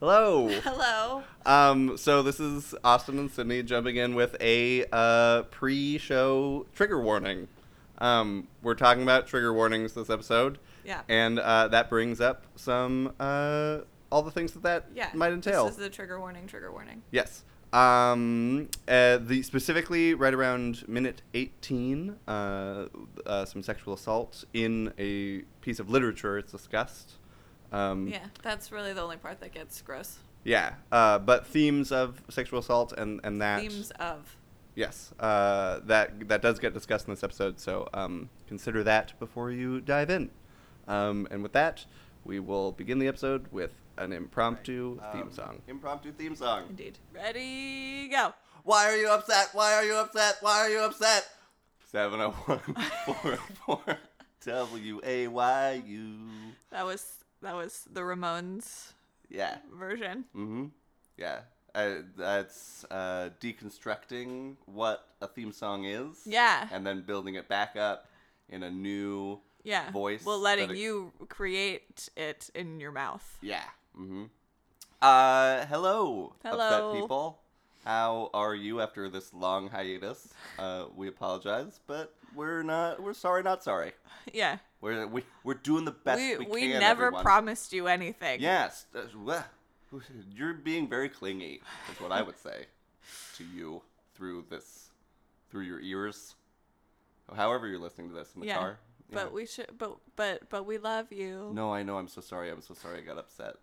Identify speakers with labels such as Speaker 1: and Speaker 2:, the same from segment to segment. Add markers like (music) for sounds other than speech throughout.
Speaker 1: Hello.
Speaker 2: (laughs) Hello.
Speaker 1: Um, so this is Austin and Sydney jumping in with a uh, pre-show trigger warning. Um, we're talking about trigger warnings this episode,
Speaker 2: Yeah.
Speaker 1: and uh, that brings up some uh, all the things that that
Speaker 2: yeah.
Speaker 1: might entail.
Speaker 2: This is the trigger warning, trigger warning.
Speaker 1: yes. Um, uh, the specifically right around minute 18, uh, uh, some sexual assault in a piece of literature is discussed. Um,
Speaker 3: Mm.
Speaker 2: Yeah. That's really the only part that gets gross.
Speaker 1: Yeah, uh, but themes of sexual assault and and that
Speaker 2: Themes of.
Speaker 1: yes, uh, that that does get discussed in this episode. So um, consider that before you dive in. Um, and with that, we will begin the episode with an impromptu
Speaker 3: Um,
Speaker 1: theme song.
Speaker 3: Impromptu theme song.
Speaker 2: Indeed. Ready, go.
Speaker 3: Why are you upset? Why are you upset? Why are you upset? 701 W A Y U.
Speaker 2: That was that was the Ramones
Speaker 3: Yeah.
Speaker 2: version.
Speaker 3: Mm-hmm. Yeah. Uh, that's uh, deconstructing what a theme song is.
Speaker 2: Yeah.
Speaker 3: And then building it back up in a new.
Speaker 2: Yeah.
Speaker 3: Voice
Speaker 2: Well,
Speaker 3: that
Speaker 2: letting
Speaker 3: it-
Speaker 2: you create it in your mouth.
Speaker 3: Yeah. Mm-hmm. Uh, hello,
Speaker 2: Hello.
Speaker 3: upset people. How are you after this long hiatus? Uh, we apologize, but we're not. We're sorry, not sorry.
Speaker 2: (laughs) Yeah.
Speaker 3: We're we, we're doing the best we,
Speaker 2: we we,
Speaker 3: can.
Speaker 2: never
Speaker 3: everyone.
Speaker 2: promised you anything.
Speaker 3: Yes, (sighs) that's- bleh. you're being very clingy. Is what I would say to you through this, through your ears, however you're listening to this in the
Speaker 2: Yeah,
Speaker 3: car.
Speaker 2: But
Speaker 3: Yeah.
Speaker 2: we should. But but but we love you.
Speaker 3: No, I know. I'm so sorry. I'm so sorry. I got upset.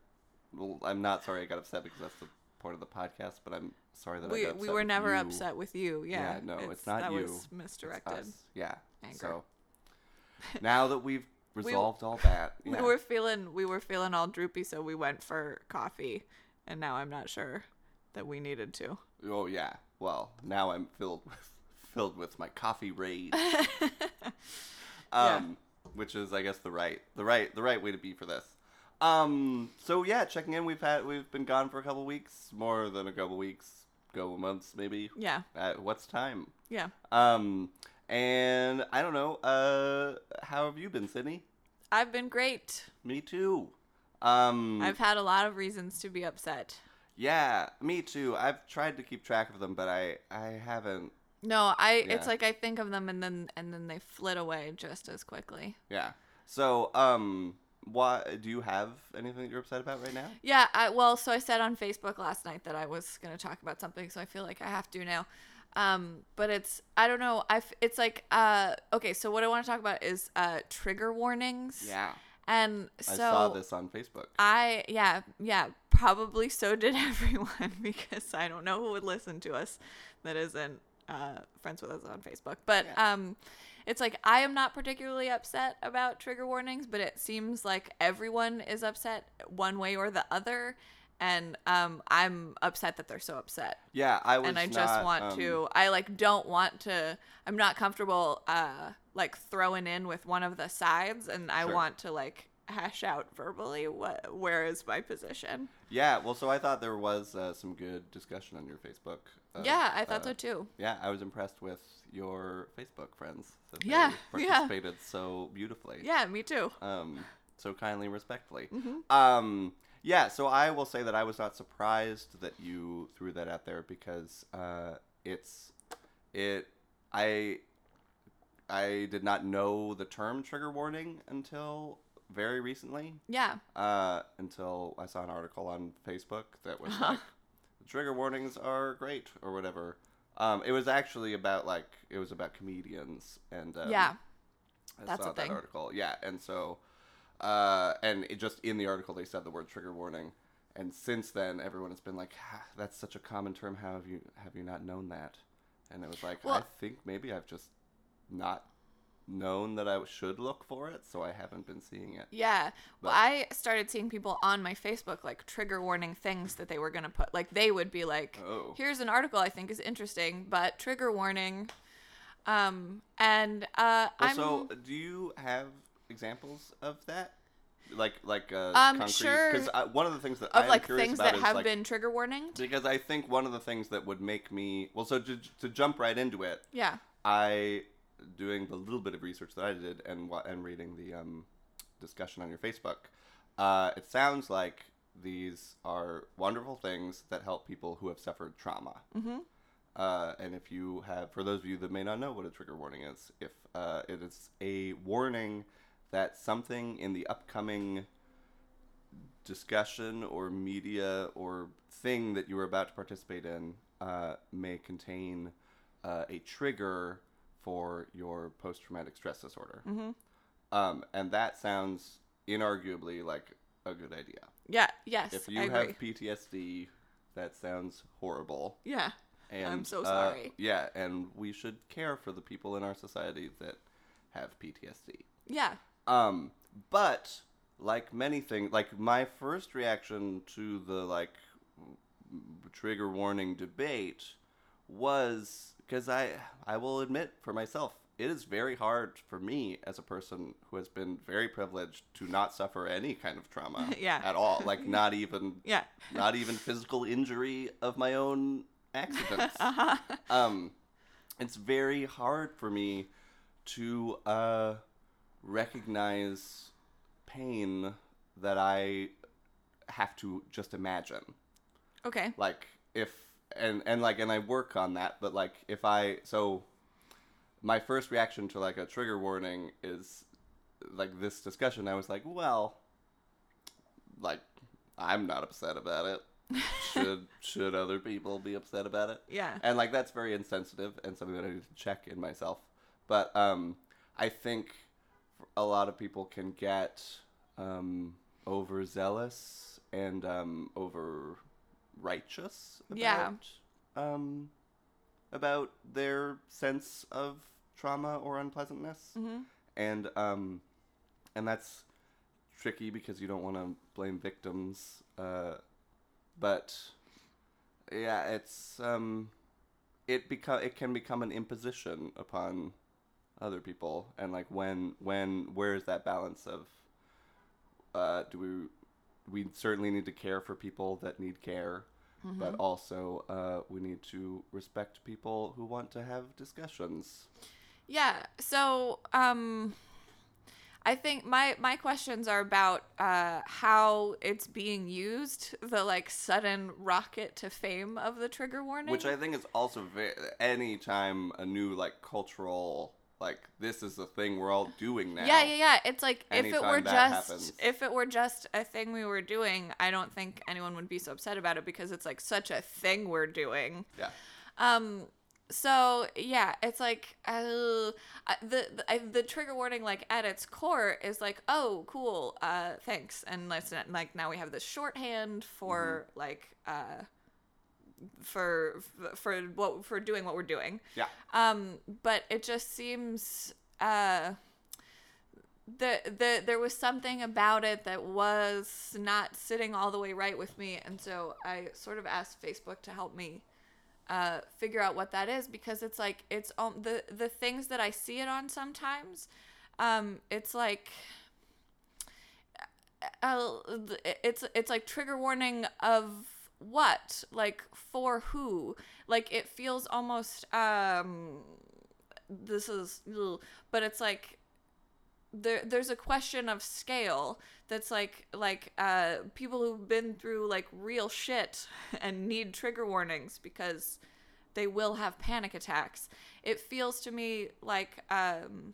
Speaker 3: Well, I'm not sorry. I got upset because that's the point of the podcast. But I'm sorry that I
Speaker 2: we
Speaker 3: got upset.
Speaker 2: we were
Speaker 3: with
Speaker 2: never
Speaker 3: you.
Speaker 2: upset with you. Yeah.
Speaker 3: Yeah, no, it's not
Speaker 2: that
Speaker 3: you.
Speaker 2: was misdirected.
Speaker 3: Us. Yeah.
Speaker 2: Anger. (laughs)
Speaker 3: So now that we've
Speaker 2: w-
Speaker 3: resolved all that, yeah.
Speaker 2: (laughs) We were feeling we were feeling all droopy, so we went for coffee, and now I'm not sure that we needed to.
Speaker 3: oh yeah. Well, now I'm filled (laughs) with filled with my coffee rage. um, which is I guess the right the right the right way to be for this. Um, so yeah, checking in. We've had we've been gone for a couple weeks, more than a couple weeks, couple months maybe.
Speaker 2: Yeah,
Speaker 3: Uh, what's time?
Speaker 2: yeah.
Speaker 3: Um, and I don't know. Uh, how have you been, Sydney?
Speaker 2: I've been great.
Speaker 3: Me too. Um,
Speaker 2: I've had a lot of reasons to be upset.
Speaker 3: yeah, me too. I've tried to keep track of them, but I I haven't.
Speaker 2: No, I. It's
Speaker 3: Yeah.
Speaker 2: like I think of them and then and then they flit away just as quickly.
Speaker 3: Yeah. So um, what do you have anything that you're upset about right now?
Speaker 2: Yeah, I, well, so I said on Facebook last night that I was going to talk about something, so I feel like I have to now. Um, but it's I don't know. I f- it's like uh okay, so what I want to talk about is uh trigger warnings. And so
Speaker 3: I saw this on Facebook.
Speaker 2: I yeah, yeah, probably so did (laughs) everyone because I don't know who would listen to us that isn't uh, friends with us on Facebook. But
Speaker 3: Yeah.
Speaker 2: um it's like I am not particularly upset about trigger warnings, but it seems like everyone is upset one way or the other. And um, I'm upset that they're so upset
Speaker 3: Yeah, I was.
Speaker 2: and I just
Speaker 3: not,
Speaker 2: want
Speaker 3: um,
Speaker 2: to. I like don't want to. I'm not comfortable uh like throwing in with one of the sides, and I
Speaker 3: Sure.
Speaker 2: want to like hash out verbally what where is my position.
Speaker 3: Yeah. Well, so I thought there was uh, some good discussion on your Facebook. Uh,
Speaker 2: yeah, I thought
Speaker 3: uh,
Speaker 2: so too.
Speaker 3: Yeah, I was impressed with your Facebook friends. That they
Speaker 2: Yeah, (laughs) yeah.
Speaker 3: participated so beautifully.
Speaker 2: Yeah, me too.
Speaker 3: Um, so kindly, and respectfully. Um, yeah. So I will say that I was not surprised that you threw that out there because uh, it's it I I did not know the term trigger warning until very recently
Speaker 2: Yeah,
Speaker 3: uh, until I saw an article on Facebook that was like, trigger warnings are great or whatever. Um, it was actually about like it was about comedians and um,
Speaker 2: yeah,
Speaker 3: I
Speaker 2: that's
Speaker 3: saw
Speaker 2: a
Speaker 3: that
Speaker 2: thing.
Speaker 3: article. Yeah, and so uh, and it just in the article they said the word trigger warning, and since then everyone has been like, "Ah, that's such a common term. How have you have you not known that? And it was like, I
Speaker 2: Well-
Speaker 3: think maybe I've just not known that I should look for it, so I haven't been seeing it.
Speaker 2: yeah. Well,
Speaker 3: But-
Speaker 2: I started seeing people on my Facebook like trigger warning things that they were gonna put. Like they would be like,
Speaker 3: Oh.
Speaker 2: "Here's an article I think is interesting, but trigger warning." Um, and uh,
Speaker 3: Well,
Speaker 2: I'm
Speaker 3: so do you have examples of that? Like, like uh,
Speaker 2: Um,
Speaker 3: concrete?
Speaker 2: sure.
Speaker 3: Because one of the things that
Speaker 2: of
Speaker 3: I'm
Speaker 2: like
Speaker 3: curious
Speaker 2: things
Speaker 3: about
Speaker 2: that
Speaker 3: is,
Speaker 2: have
Speaker 3: like-
Speaker 2: been trigger warninged.
Speaker 3: because I think one of the things that would make me well, so to to jump right into it,
Speaker 2: Yeah.
Speaker 3: I doing the little bit of research that I did and wa- and reading the um, discussion on your Facebook, uh, it sounds like these are wonderful things that help people who have suffered trauma.
Speaker 2: Mm-hmm.
Speaker 3: Uh, and if you have, for those of you that may not know what a trigger warning is, if uh, it is a warning that something in the upcoming discussion or media or thing that you are about to participate in uh, may contain uh, a trigger for your post traumatic stress disorder.
Speaker 2: Mhm.
Speaker 3: Um, and that sounds inarguably like a good idea.
Speaker 2: Yeah. Yes.
Speaker 3: If you
Speaker 2: I agree.
Speaker 3: have PTSD, that sounds horrible.
Speaker 2: yeah.
Speaker 3: And,
Speaker 2: so
Speaker 3: uh,
Speaker 2: sorry.
Speaker 3: yeah, and we should care for the people in our society that have PTSD.
Speaker 2: Yeah.
Speaker 3: Um, but like many things, like my first reaction to the like m- trigger warning debate was because I I will admit for myself it is very hard for me as a person who has been very privileged to not suffer any kind of trauma
Speaker 2: (laughs) Yeah.
Speaker 3: at all like not even
Speaker 2: Yeah.
Speaker 3: not even physical injury of my own accidents
Speaker 2: Uh-huh.
Speaker 3: um it's very hard for me to uh recognize pain that i have to just imagine
Speaker 2: Okay.
Speaker 3: like if and and like and i work on that but like if i so my first reaction to like a trigger warning is like this discussion i was like well like i'm not upset about it should should other people be upset about it
Speaker 2: Yeah.
Speaker 3: and like that's very insensitive and something that I need to check in myself. But um, I think a lot of people can get um, overzealous and um, over righteous about
Speaker 2: Yeah.
Speaker 3: um, about their sense of trauma or unpleasantness,
Speaker 2: Mhm.
Speaker 3: and um, and that's tricky because you don't want to blame victims, uh, but yeah, it's um, it become it can become an imposition upon other people, and like when when where is that balance of uh, do we we certainly need to care for people that need care,
Speaker 2: Mm-hmm.
Speaker 3: but also uh, we need to respect people who want to have discussions.
Speaker 2: Yeah. So, um, I think my my questions are about uh, how it's being used, the like sudden rocket to fame of the trigger warning.
Speaker 3: Which I think is also very, any time a new like cultural like this is the thing we're all doing now.
Speaker 2: yeah, yeah, yeah. It's like if it
Speaker 3: Anytime
Speaker 2: were
Speaker 3: that
Speaker 2: just
Speaker 3: happens.
Speaker 2: if it were just a thing we were doing, I don't think anyone would be so upset about it because it's like such a thing we're doing.
Speaker 3: yeah.
Speaker 2: Um. So yeah, it's like uh, the the, I, the trigger warning, like at its core, is like, oh, cool, uh, thanks, and let's not, like now we have this shorthand for like uh, for for what for doing what we're doing.
Speaker 3: Yeah.
Speaker 2: Um, but it just seems uh, the the there was something about it that was not sitting all the way right with me, and so I sort of asked Facebook to help me uh, figure out what that is because it's like it's um, the the things that I see it on sometimes. Um, it's like uh, it's it's like trigger warning of what like for who like it feels almost um this is ugh, but it's like there there's a question of scale that's like like uh people who've been through like real shit (laughs) and need trigger warnings because they will have panic attacks it feels to me like um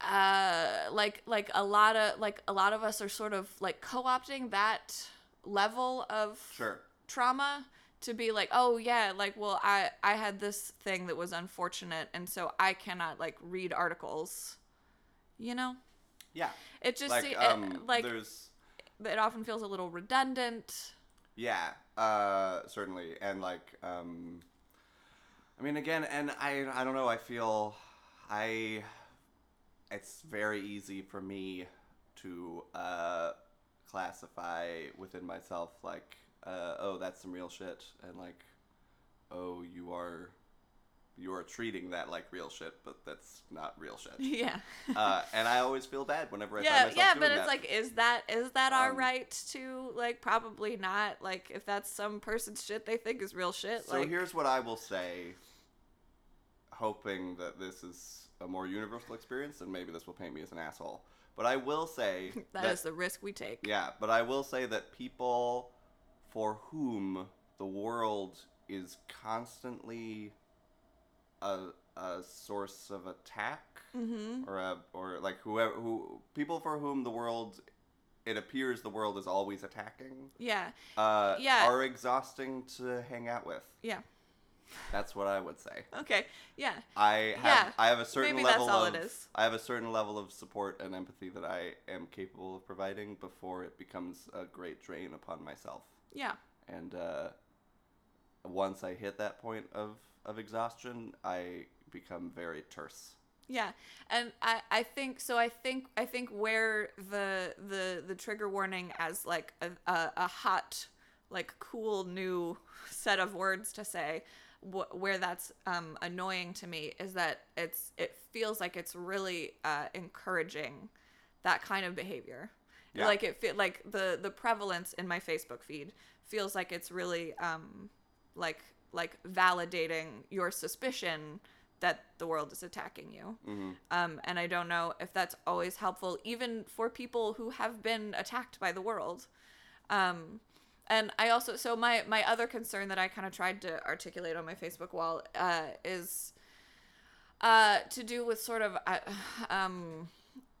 Speaker 2: uh like like a lot of like a lot of us are sort of like co-opting that level of
Speaker 3: Sure.
Speaker 2: trauma to be like oh yeah like well i i had this thing that was unfortunate and so i cannot like read articles you know
Speaker 3: Yeah.
Speaker 2: it just se-
Speaker 3: Like
Speaker 2: it,
Speaker 3: um
Speaker 2: like
Speaker 3: there's
Speaker 2: it often feels a little redundant (laughs)
Speaker 3: Yeah, uh, certainly, and like, um, I mean, again, and I, I don't know. I feel, I, it's very easy for me to uh, classify within myself like, uh, oh, that's some real shit, and like, oh, you are, you are treating that like real shit, but that's not real
Speaker 2: (laughs)
Speaker 3: shit.
Speaker 2: yeah
Speaker 3: uh, and I always feel bad whenever I find
Speaker 2: yeah
Speaker 3: myself
Speaker 2: yeah
Speaker 3: doing
Speaker 2: but it's
Speaker 3: that.
Speaker 2: like is that is that our
Speaker 3: Um,
Speaker 2: right to like probably not like if that's some person's shit they think is real shit
Speaker 3: So
Speaker 2: like
Speaker 3: here's what I will say, hoping that this is a more universal experience, and maybe this will paint me as an asshole. But I will say
Speaker 2: (laughs) that is the risk we take.
Speaker 3: yeah, but I will say that people for whom the world is constantly a, a source of attack
Speaker 2: Mm-hmm.
Speaker 3: or a, or like whoever who people for whom the world it appears the world is always attacking
Speaker 2: Yeah.
Speaker 3: uh,
Speaker 2: Yeah.
Speaker 3: are exhausting to hang out with.
Speaker 2: Yeah.
Speaker 3: That's what I would say.
Speaker 2: Okay. Yeah.
Speaker 3: I have
Speaker 2: Yeah,
Speaker 3: I have a certain
Speaker 2: maybe that's
Speaker 3: level
Speaker 2: all
Speaker 3: of
Speaker 2: it is.
Speaker 3: I have a certain level of support and empathy that I am capable of providing before it becomes a great drain upon myself.
Speaker 2: Yeah.
Speaker 3: And uh, once I hit that point of of exhaustion, I become very terse.
Speaker 2: Yeah. And I, I think so I think I think where the the the trigger warning as like a, a, a hot like cool new (laughs) set of words to say wh- where that's um, annoying to me is that it's it feels like it's really uh, encouraging that kind of behavior.
Speaker 3: Yeah.
Speaker 2: Like it feel like the the prevalence in my Facebook feed feels like it's really um like like validating your suspicion that the world is attacking you. Um, and I don't know if that's always helpful, even for people who have been attacked by the world. Um, and I also, so my my other concern that I kind of tried to articulate on my Facebook wall uh, is uh, to do with sort of uh, um,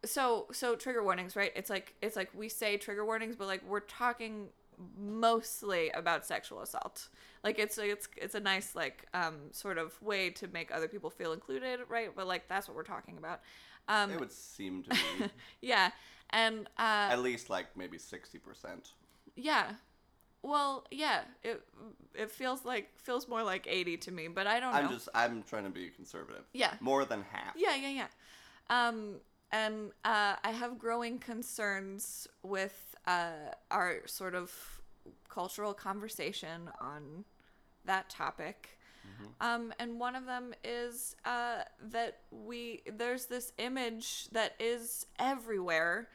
Speaker 2: so so trigger warnings, right? It's like it's like we say trigger warnings, but like we're talking mostly about sexual assault. Like it's it's it's a nice like um, sort of way to make other people feel included, right? But like that's what we're talking about. Um,
Speaker 3: It would seem to
Speaker 2: (laughs)
Speaker 3: be
Speaker 2: yeah, and uh,
Speaker 3: at least like maybe sixty percent.
Speaker 2: yeah. Well, yeah, it it feels like feels more like 80 to me, but I don't know.
Speaker 3: I'm just I'm trying to be conservative.
Speaker 2: Oh, Yeah.
Speaker 3: More than half.
Speaker 2: Yeah, yeah, yeah. Um, and uh, I have growing concerns with uh, our sort of cultural conversation on that topic.
Speaker 3: Mm-hmm.
Speaker 2: Um, and one of them is uh, that we there's this image that is everywhere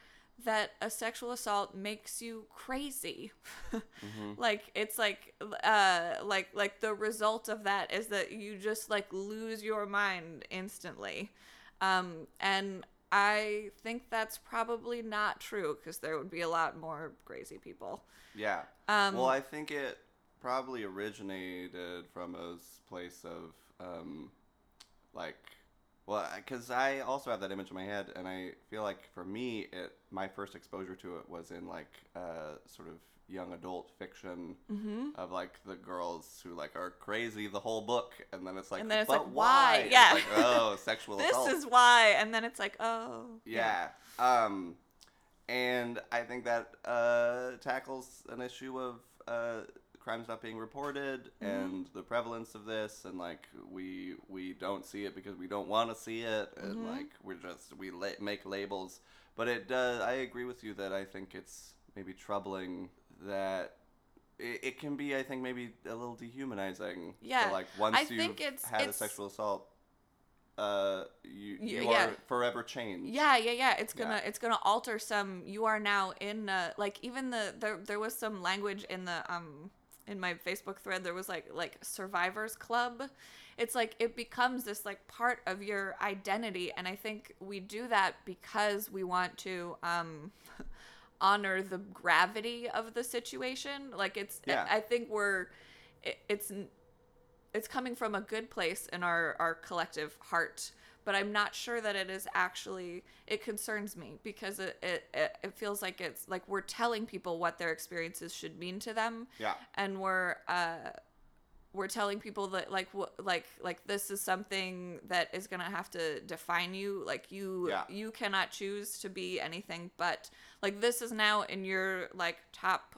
Speaker 2: that a sexual assault makes you crazy.
Speaker 3: Mm-hmm.
Speaker 2: like it's like uh like like the result of that is that you just like lose your mind instantly. Um and I think that's probably not true because there would be a lot more crazy people.
Speaker 3: Yeah.
Speaker 2: Um,
Speaker 3: well, I think it probably originated from a s- place of um, like, well, because I also have that image in my head, and I feel like for me, it my first exposure to it was in like uh, sort of young adult fiction
Speaker 2: mm-hmm.
Speaker 3: of like the girls who like are crazy the whole book, and then it's like,
Speaker 2: And then it's
Speaker 3: but
Speaker 2: like, why?
Speaker 3: why? It's
Speaker 2: Yeah.
Speaker 3: like, oh, sexual
Speaker 2: (laughs) This
Speaker 3: assault.
Speaker 2: is why and then it's like, oh.
Speaker 3: Yeah. Um, and I think that uh, tackles an issue of uh, crimes not being reported
Speaker 2: Mm-hmm.
Speaker 3: and the prevalence of this, and like we we don't see it because we don't want to see it, and
Speaker 2: Mm-hmm.
Speaker 3: like we're just we la- make labels. But it does. I agree with you that I think it's maybe troubling that. It it can be, I think, maybe a little dehumanizing. to,
Speaker 2: Yeah.
Speaker 3: like once
Speaker 2: I
Speaker 3: you've
Speaker 2: think it's-
Speaker 3: had a
Speaker 2: it's-
Speaker 3: sexual assault, uh, you
Speaker 2: Y-
Speaker 3: you
Speaker 2: yeah.
Speaker 3: are forever changed.
Speaker 2: Yeah, yeah, yeah. It's
Speaker 3: Yeah.
Speaker 2: gonna it's gonna alter some. You are now in uh, like even the there there was some language in the um in my Facebook thread there was like like survivors club. It's like it becomes this like part of your identity, and I think we do that because we want to um (laughs) honor the gravity of the situation. Like it's
Speaker 3: Yeah.
Speaker 2: I, I think we're it, it's n- it's coming from a good place in our our collective heart but i'm not sure that it is actually it concerns me because it it, it, it feels like it's like we're telling people what their experiences should mean to them
Speaker 3: Yeah.
Speaker 2: and we're uh we're telling people that like wh- like like this is something that is gonna have to define you like you
Speaker 3: Yeah.
Speaker 2: you cannot choose to be anything but like this is now in your like top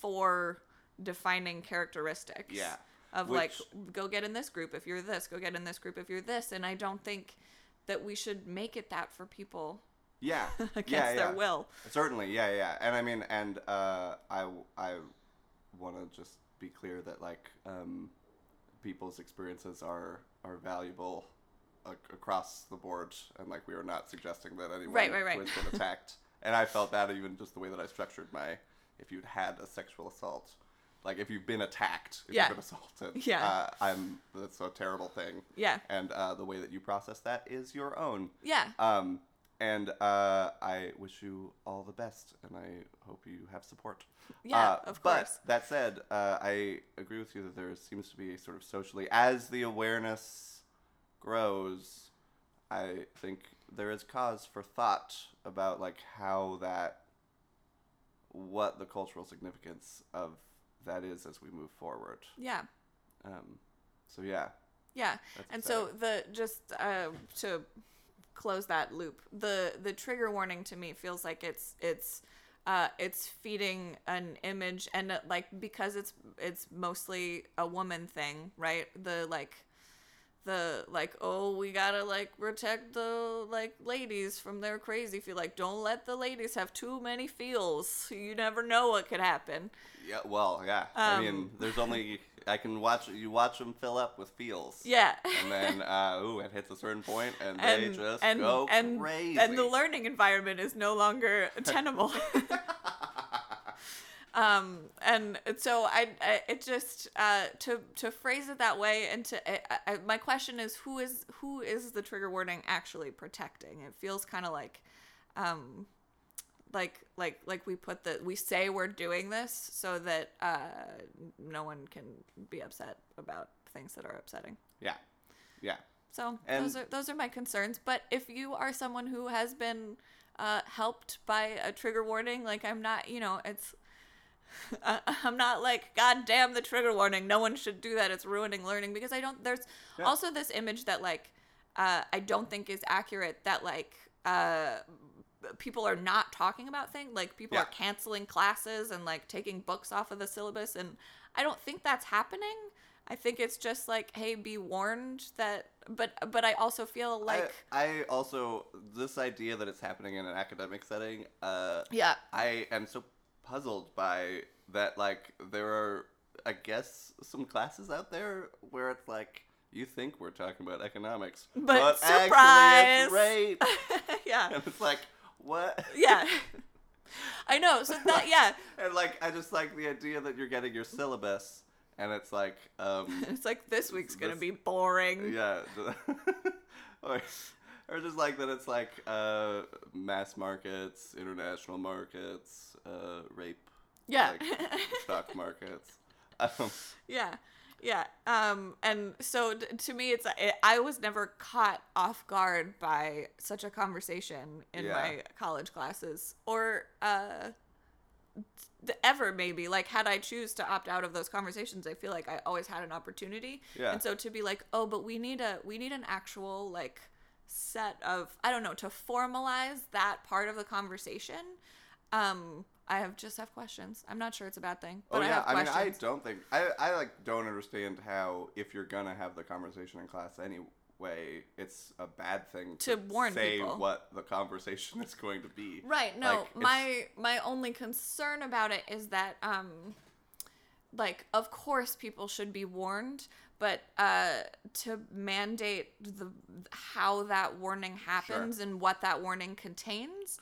Speaker 2: four defining characteristics
Speaker 3: Yeah.
Speaker 2: of like
Speaker 3: Which-
Speaker 2: go get in this group if you're this go get in this group if you're this and i don't think that we should make it that for people (laughs)
Speaker 3: Yeah.
Speaker 2: against
Speaker 3: yeah,
Speaker 2: their
Speaker 3: yeah.
Speaker 2: will
Speaker 3: Certainly. Yeah, yeah. And I mean, and uh, I, I want to just be clear that like um, people's experiences are are valuable ac- across the board, and like we are not suggesting that anyone
Speaker 2: Right, right, right.
Speaker 3: who has been
Speaker 2: (laughs)
Speaker 3: attacked. and I felt that even just the way that I structured my, if you'd had a sexual assault. Like if you've been attacked, if
Speaker 2: Yeah.
Speaker 3: you've been assaulted,
Speaker 2: Yeah.
Speaker 3: uh, I'm that's a terrible thing.
Speaker 2: Yeah.
Speaker 3: and uh, the way that you process that is your own.
Speaker 2: yeah
Speaker 3: Um, and uh, I wish you all the best, and I hope you have support.
Speaker 2: Yeah,
Speaker 3: Uh,
Speaker 2: of
Speaker 3: but
Speaker 2: course.
Speaker 3: that said, uh, I agree with you that there seems to be a sort of socially, as the awareness grows, I think there is cause for thought about like how that, what the cultural significance of that is as we move forward.
Speaker 2: Yeah.
Speaker 3: Um, so yeah,
Speaker 2: Yeah.
Speaker 3: That's
Speaker 2: and so the just uh, to close that loop, the the trigger warning to me feels like it's it's uh, it's feeding an image and uh, like because it's it's mostly a woman thing, right? The like the like oh we gotta like protect the like ladies from their crazy feel like don't let the ladies have too many feels you never know what could happen
Speaker 3: yeah. Well, yeah. I mean,
Speaker 2: Um.
Speaker 3: there's only I can watch you watch them fill up with feels.
Speaker 2: yeah (laughs)
Speaker 3: and then uh, ooh, it hits a certain point, and, they just go
Speaker 2: and,
Speaker 3: crazy.
Speaker 2: And the learning environment is
Speaker 3: (laughs)
Speaker 2: no longer tenable. (laughs) um, and so I, I it just uh, to to phrase it that way, and to I, I, my question is who is who is the trigger warning actually protecting? It feels kind of like. Um, like like like we put the we say we're doing this so that uh, no one can be upset about things that are upsetting.
Speaker 3: yeah, yeah,
Speaker 2: So
Speaker 3: And-
Speaker 2: those are those are my concerns. But if you are someone who has been uh, helped by a trigger warning, like I'm not, you know, it's (laughs) uh, I'm not like God damn the trigger warning. No one should do that. It's ruining learning because I don't. There's
Speaker 3: Yeah.
Speaker 2: also this image that like uh, I don't think is accurate. That like. Uh, people are not talking about things like people
Speaker 3: Yeah.
Speaker 2: are canceling classes and like taking books off of the syllabus and i don't think that's happening i think it's just like hey be warned that but but i also feel
Speaker 3: I- (laughs)
Speaker 2: like
Speaker 3: I, also this idea that it's happening in an academic setting. Uh,
Speaker 2: yeah
Speaker 3: I am so puzzled by that. Like there are, I guess, some classes out there where it's like. You think we're talking about economics,
Speaker 2: But surprise!
Speaker 3: actually it's rape. (laughs)
Speaker 2: yeah
Speaker 3: and it's like, what?
Speaker 2: (laughs) yeah (laughs) i know so that
Speaker 3: (laughs)
Speaker 2: yeah
Speaker 3: and like, I just like the idea that you're getting your syllabus, and it's like,
Speaker 2: (laughs)
Speaker 3: um,
Speaker 2: it's like this week's gonna
Speaker 3: This-
Speaker 2: be boring
Speaker 3: yeah (laughs) or, or just like that it's like uh mass markets international markets uh rape
Speaker 2: yeah
Speaker 3: like stock markets (laughs) um,
Speaker 2: Yeah, yeah. Um, and so d- to me, it's it, I was never caught off guard by such a conversation in
Speaker 3: Yeah.
Speaker 2: my college classes, or uh, th- ever maybe. Like, had I choose to opt out of those conversations, I feel like I always had an opportunity.
Speaker 3: Yeah.
Speaker 2: And so to be like, oh, but we need a we need an actual like set of I don't know to formalize that part of the conversation. Um, I have just have questions. I'm not sure it's a bad thing, but
Speaker 3: oh
Speaker 2: I
Speaker 3: yeah
Speaker 2: have
Speaker 3: i mean
Speaker 2: questions.
Speaker 3: i don't think i i like don't understand how if you're gonna have the conversation in class anyway it's a bad thing
Speaker 2: To warn
Speaker 3: say
Speaker 2: people.
Speaker 3: what the conversation (laughs) is going to be
Speaker 2: Right. No,
Speaker 3: Like, it's-
Speaker 2: my my only concern about it is that um like of course people should be warned, but uh to mandate the how that warning happens and what that warning contains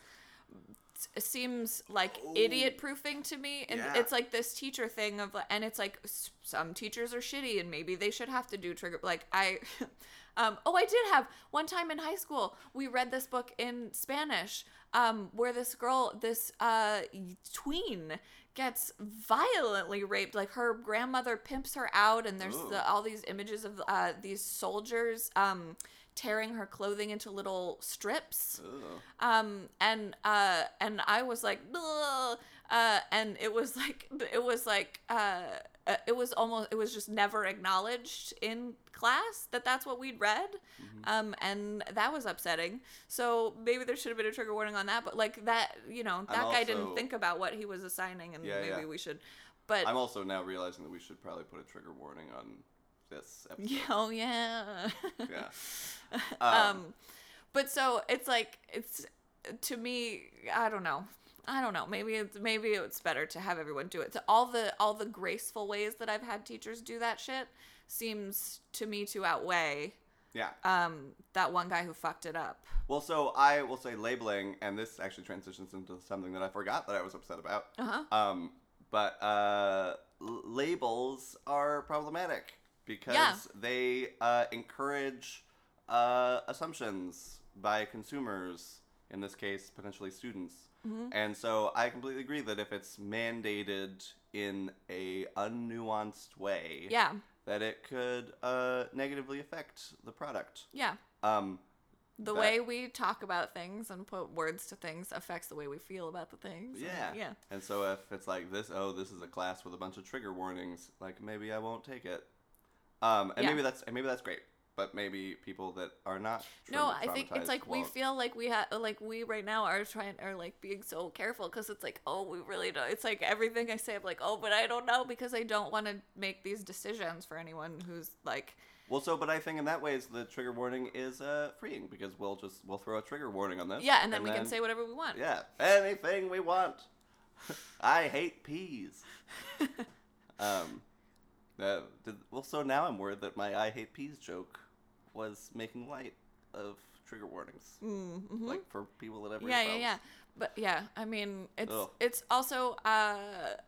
Speaker 2: s- seems like idiot proofing to me and
Speaker 3: Oh. Yeah.
Speaker 2: it's like this teacher thing of and it's like s- some teachers are shitty and maybe they should have to do trigger like i (laughs) um oh i did have one time in high school we read this book in spanish um where this girl this uh tween gets violently raped like her grandmother pimps her out and there's
Speaker 3: Ooh.
Speaker 2: the, all these images of uh, these soldiers um tearing her clothing into little strips
Speaker 3: Ugh.
Speaker 2: um and uh and i was like "Ugh," uh and it was like (laughs) it was like uh uh, it was almost it was just never acknowledged in class that that's what we'd read
Speaker 3: Mm-hmm.
Speaker 2: um and that was upsetting so maybe there should have been a trigger warning on that but like that you know that guy didn't
Speaker 3: also-
Speaker 2: think about what he was assigning and
Speaker 3: Yeah,
Speaker 2: maybe
Speaker 3: yeah.
Speaker 2: we should but
Speaker 3: i'm also now realizing that we should probably put a trigger warning on this episode
Speaker 2: Yeah, oh (laughs) (laughs) yeah
Speaker 3: yeah
Speaker 2: (laughs) um but so it's like it's to me i don't know i don't know maybe it's maybe it's better to have everyone do it so all the all the graceful ways that i've had teachers do that shit seems to me to outweigh
Speaker 3: yeah
Speaker 2: um that one guy who fucked it up
Speaker 3: Well, so I will say labeling, and this actually transitions into something that I forgot that I was upset about.
Speaker 2: uh-huh
Speaker 3: Um, but uh, l- labels are problematic because
Speaker 2: Yeah.
Speaker 3: they uh, encourage uh, assumptions by consumers in this case, potentially students.
Speaker 2: Mm-hmm.
Speaker 3: And so I completely agree that if it's mandated in a unnuanced way,
Speaker 2: Yeah.
Speaker 3: that it could uh, negatively affect the product.
Speaker 2: Yeah.
Speaker 3: Um,
Speaker 2: The
Speaker 3: That-
Speaker 2: way we talk about things and put words to things affects the way we feel about the things. and-
Speaker 3: yeah.
Speaker 2: Yeah.
Speaker 3: And so if it's like this, oh, this is a class with a bunch of trigger warnings, like maybe I won't take it. Um, and
Speaker 2: Yeah.
Speaker 3: maybe that's and maybe that's great, but maybe people that are not
Speaker 2: No,
Speaker 3: trau-
Speaker 2: I think it's
Speaker 3: traumatized
Speaker 2: like we
Speaker 3: won't.
Speaker 2: feel like we have, like we right now are trying, are like being so careful because it's like, oh, we really don't. It's like everything I say, I'm like, oh, but I don't know because I don't want to make these decisions for anyone who's like,
Speaker 3: Well, so but I think in that way, is the trigger warning is uh, freeing because we'll just we'll throw a trigger warning on this.
Speaker 2: yeah, and then we can say whatever we want.
Speaker 3: yeah anything we want. (laughs) I hate
Speaker 2: (laughs)
Speaker 3: peas. um, uh, did, well, so now I'm worried that my I hate peas joke was making light of trigger warnings,
Speaker 2: Mm-hmm.
Speaker 3: like for people that ever.
Speaker 2: yeah, yeah, yeah. But yeah, I mean, it's
Speaker 3: Ugh.
Speaker 2: it's also uh,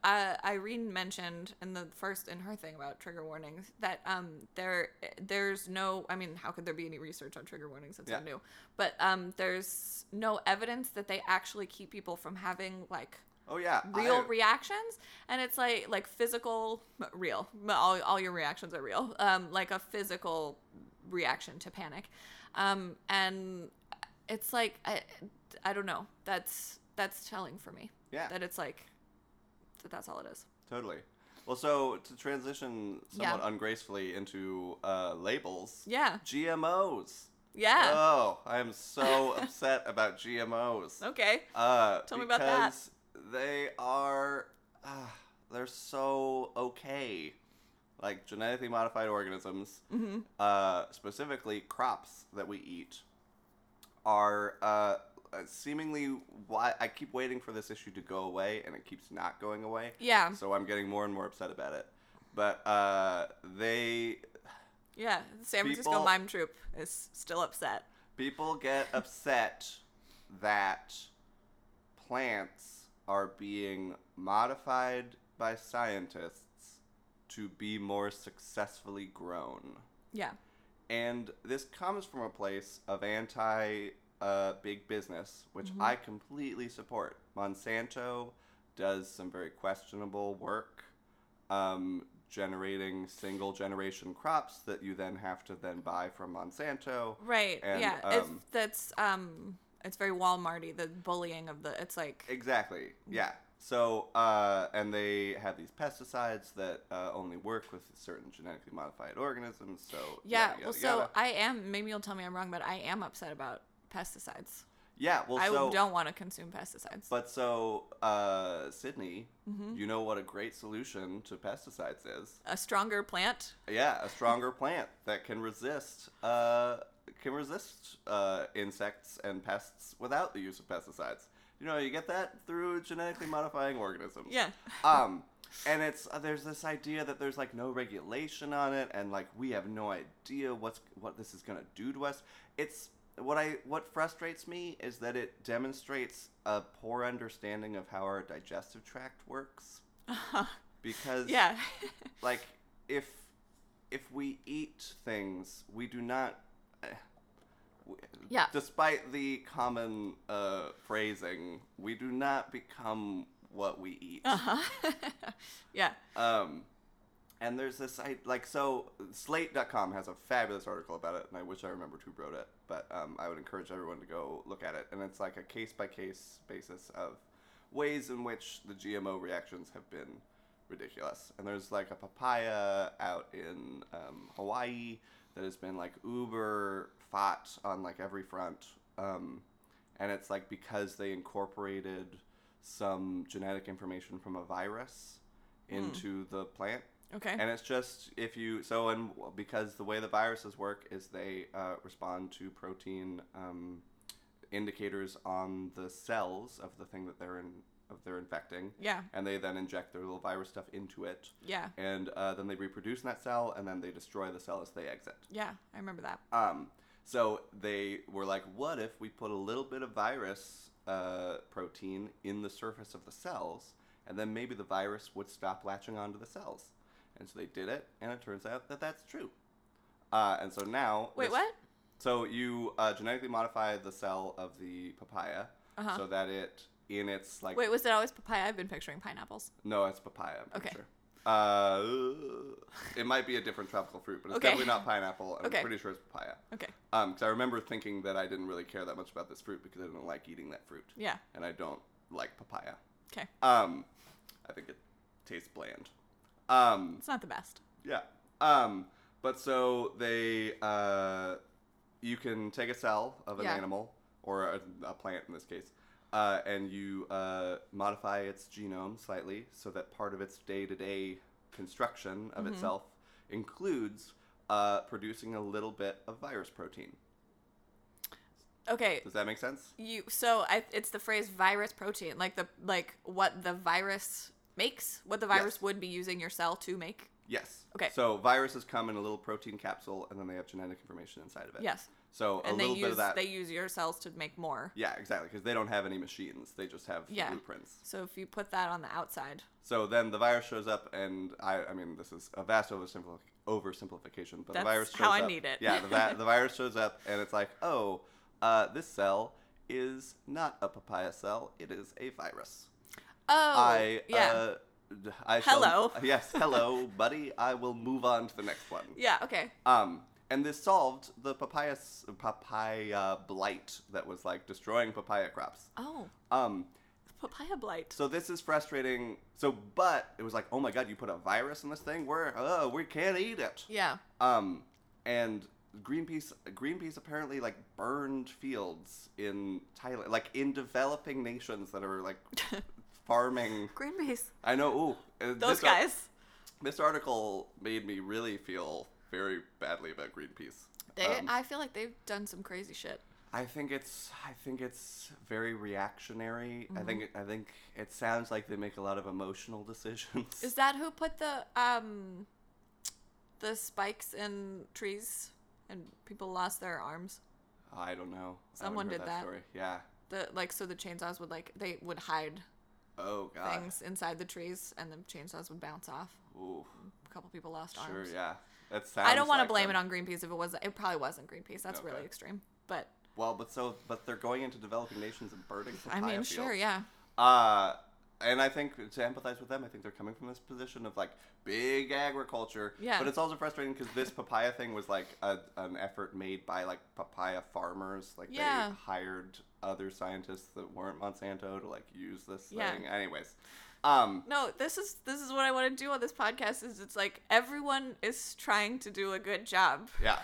Speaker 2: uh, Irene mentioned in the first in her thing about trigger warnings that um there there's no I mean how could there be any research on trigger warnings it's so
Speaker 3: Yeah.
Speaker 2: new but um there's no evidence that they actually keep people from having like
Speaker 3: Oh yeah,
Speaker 2: real
Speaker 3: I-
Speaker 2: reactions and it's like like physical real all, all your reactions are real um like a physical reaction to panic um and it's like i i don't know that's that's telling for me
Speaker 3: Yeah.
Speaker 2: that it's like that that's all it is
Speaker 3: Totally. Well, so to transition somewhat
Speaker 2: Yeah.
Speaker 3: ungracefully into uh, labels,
Speaker 2: yeah Ah.
Speaker 3: GMOs.
Speaker 2: yeah
Speaker 3: Oh, I am so (laughs) upset about GMOs.
Speaker 2: okay
Speaker 3: Uh,
Speaker 2: Tell me about that.
Speaker 3: because They are, uh, they're so okay. Like genetically modified organisms,
Speaker 2: Mm-hmm.
Speaker 3: uh, specifically crops that we eat, are uh, seemingly why I keep waiting for this issue to go away, and it keeps not going away.
Speaker 2: yeah
Speaker 3: So I'm getting more and more upset about it. But uh, they
Speaker 2: yeah the san francisco
Speaker 3: People-
Speaker 2: mime troop is still upset
Speaker 3: People get upset that plants are being modified by scientists to be more successfully grown.
Speaker 2: yeah
Speaker 3: And this comes from a place of anti uh, big business, which I completely support. Monsanto does some very questionable work, um, generating single generation crops that you then have to then buy from Monsanto.
Speaker 2: right
Speaker 3: And,
Speaker 2: yeah it's,
Speaker 3: um,
Speaker 2: that's um it's very Walmarty, the bullying of the. It's like
Speaker 3: Exactly. Yeah. So, uh, and they have these pesticides that uh, only work with certain genetically modified organisms. So
Speaker 2: Yeah,
Speaker 3: yada,
Speaker 2: well,
Speaker 3: yada,
Speaker 2: so
Speaker 3: yada.
Speaker 2: I am. Maybe you'll tell me I'm wrong, but I am upset about pesticides.
Speaker 3: yeah, well,
Speaker 2: I
Speaker 3: so
Speaker 2: don't want to consume pesticides.
Speaker 3: but so uh, Sydney,
Speaker 2: Mm-hmm.
Speaker 3: you know what a great solution to pesticides is?
Speaker 2: a stronger plant.
Speaker 3: Yeah, a stronger plant that can resist uh, can resist uh, insects and pests without the use of pesticides. You know, you get that through genetically modifying organisms. (laughs)
Speaker 2: Yeah. (laughs)
Speaker 3: um and it's uh, there's this idea that there's like no regulation on it and like we have no idea what's what this is going to do to us it's what i what frustrates me is that it demonstrates a poor understanding of how our digestive tract works because
Speaker 2: Yeah.
Speaker 3: like if if we eat things we do not eh, w-
Speaker 2: Yeah.
Speaker 3: despite the common uh, phrasing we do not become what we eat
Speaker 2: uh-huh. yeah.
Speaker 3: um, and there's this I like so slate.com has a fabulous article about it and I wish I remembered who wrote it, but um, I would encourage everyone to go look at it and it's like a case by case basis of ways in which the GMO reactions have been ridiculous. And there's like a papaya out in um, Hawaii that has been like uber fought on like every front. Um, and it's like because they incorporated some genetic information from a virus into the plant
Speaker 2: Okay.
Speaker 3: and it's just if you so and because the way the viruses work is they uh, respond to protein um, indicators on the cells of the thing that they're in of they're infecting
Speaker 2: Yeah.
Speaker 3: and they then inject their little virus stuff into it
Speaker 2: Yeah.
Speaker 3: and uh, then they reproduce in that cell and then they destroy the cell as they exit
Speaker 2: Yeah. I remember that.
Speaker 3: um, so they were like, what if we put a little bit of virus uh, protein in the surface of the cells, and then maybe the virus would stop latching onto the cells? And so they did it, and it turns out that that's true. Uh, and so now.
Speaker 2: Wait,
Speaker 3: this-
Speaker 2: what?
Speaker 3: So you uh, genetically modify the cell of the papaya
Speaker 2: Uh-huh.
Speaker 3: so that it in its like
Speaker 2: Wait, was it always papaya? I've been picturing pineapples.
Speaker 3: no, it's papaya. I'm pretty
Speaker 2: Okay.
Speaker 3: Sure. Uh, it might be a different tropical fruit, but it's
Speaker 2: Okay.
Speaker 3: definitely not pineapple. and I'm
Speaker 2: Okay.
Speaker 3: pretty sure it's papaya.
Speaker 2: Okay.
Speaker 3: Um, because I remember thinking that I didn't really care that much about this fruit because I didn't like eating that fruit,
Speaker 2: Yeah.
Speaker 3: and I don't like papaya.
Speaker 2: Okay.
Speaker 3: Um, I think it tastes bland. Um,
Speaker 2: It's not the best.
Speaker 3: yeah. Um, but so they, uh, you can take a cell of an
Speaker 2: Yeah.
Speaker 3: animal or a, a plant in this case, uh, and you uh, modify its genome slightly so that part of its day-to-day construction of
Speaker 2: Mm-hmm.
Speaker 3: itself includes uh, producing a little bit of virus protein.
Speaker 2: Okay.
Speaker 3: Does that make sense?
Speaker 2: You so I, it's the phrase virus protein, like the like what the virus makes, what the virus
Speaker 3: Yes.
Speaker 2: would be using your cell to make.
Speaker 3: Yes.
Speaker 2: Okay.
Speaker 3: So viruses come in a little protein capsule, and then they have genetic information inside of it.
Speaker 2: Yes.
Speaker 3: So a
Speaker 2: and they
Speaker 3: little
Speaker 2: use
Speaker 3: bit of that.
Speaker 2: they use your cells to make more.
Speaker 3: Yeah, exactly. Because they don't have any machines; they just have
Speaker 2: Yeah.
Speaker 3: blueprints.
Speaker 2: So if you put that on the outside,
Speaker 3: So then the virus shows up, and I, I mean, this is a vast oversimpli- oversimplification, but the
Speaker 2: That's
Speaker 3: virus shows
Speaker 2: how I
Speaker 3: up.
Speaker 2: need it.
Speaker 3: Yeah, the,
Speaker 2: (laughs)
Speaker 3: va- the virus shows up, and it's like, oh, uh, this cell is not a papaya cell; it is a virus.
Speaker 2: oh
Speaker 3: I,
Speaker 2: yeah,
Speaker 3: uh, d- I shall-
Speaker 2: Hello.
Speaker 3: (laughs) yes, hello, buddy. I will move on to the next one.
Speaker 2: yeah, okay,
Speaker 3: Um, and this solved the papaya s- papaya blight that was like destroying papaya crops.
Speaker 2: oh
Speaker 3: Um,
Speaker 2: papaya blight.
Speaker 3: so this is frustrating. So, but it was like, oh my god, you put a virus in this thing. We're uh, we can't eat it.
Speaker 2: Yeah,
Speaker 3: Um, and Greenpeace, Greenpeace apparently like burned fields in Thailand, like in developing nations that are
Speaker 2: (laughs)
Speaker 3: like farming.
Speaker 2: green bees.
Speaker 3: I know. Ooh, uh,
Speaker 2: Those
Speaker 3: this ar-
Speaker 2: guys,
Speaker 3: this article made me really feel very badly about Greenpeace.
Speaker 2: they
Speaker 3: Um,
Speaker 2: I feel like they've done some crazy shit.
Speaker 3: I think it's I think it's very reactionary. I think
Speaker 2: Mm-hmm.
Speaker 3: I think it sounds like they make a lot of emotional decisions.
Speaker 2: Is that who put the um the spikes in trees and people lost their arms?
Speaker 3: (laughs) I don't know. I haven't
Speaker 2: Someone
Speaker 3: heard
Speaker 2: did that.
Speaker 3: Story. Yeah.
Speaker 2: The like so the chainsaws would like they would hide
Speaker 3: Oh god.
Speaker 2: things inside the trees and the chainsaws would bounce off.
Speaker 3: Ooh.
Speaker 2: A couple people lost
Speaker 3: Sure.
Speaker 2: arms.
Speaker 3: Yeah. That sounds.
Speaker 2: I don't want
Speaker 3: like
Speaker 2: to blame
Speaker 3: them.
Speaker 2: it on Greenpeace if it was it probably wasn't Greenpeace. That's
Speaker 3: Okay.
Speaker 2: really extreme. But
Speaker 3: Well, but so but they're going into developing nations and burning.
Speaker 2: I mean,
Speaker 3: papaya
Speaker 2: sure,
Speaker 3: fields.
Speaker 2: yeah.
Speaker 3: Uh, and I think to empathize with them, I think they're coming from this position of like big agriculture.
Speaker 2: Yeah.
Speaker 3: But it's also frustrating because this papaya thing was like a, an effort made by like papaya farmers. Like
Speaker 2: Yeah.
Speaker 3: they hired other scientists that weren't Monsanto to like use this
Speaker 2: Yeah.
Speaker 3: thing. Anyways, um,
Speaker 2: No, this is this is what I want to do on this podcast is it's like everyone is trying to do a good job.
Speaker 3: yeah.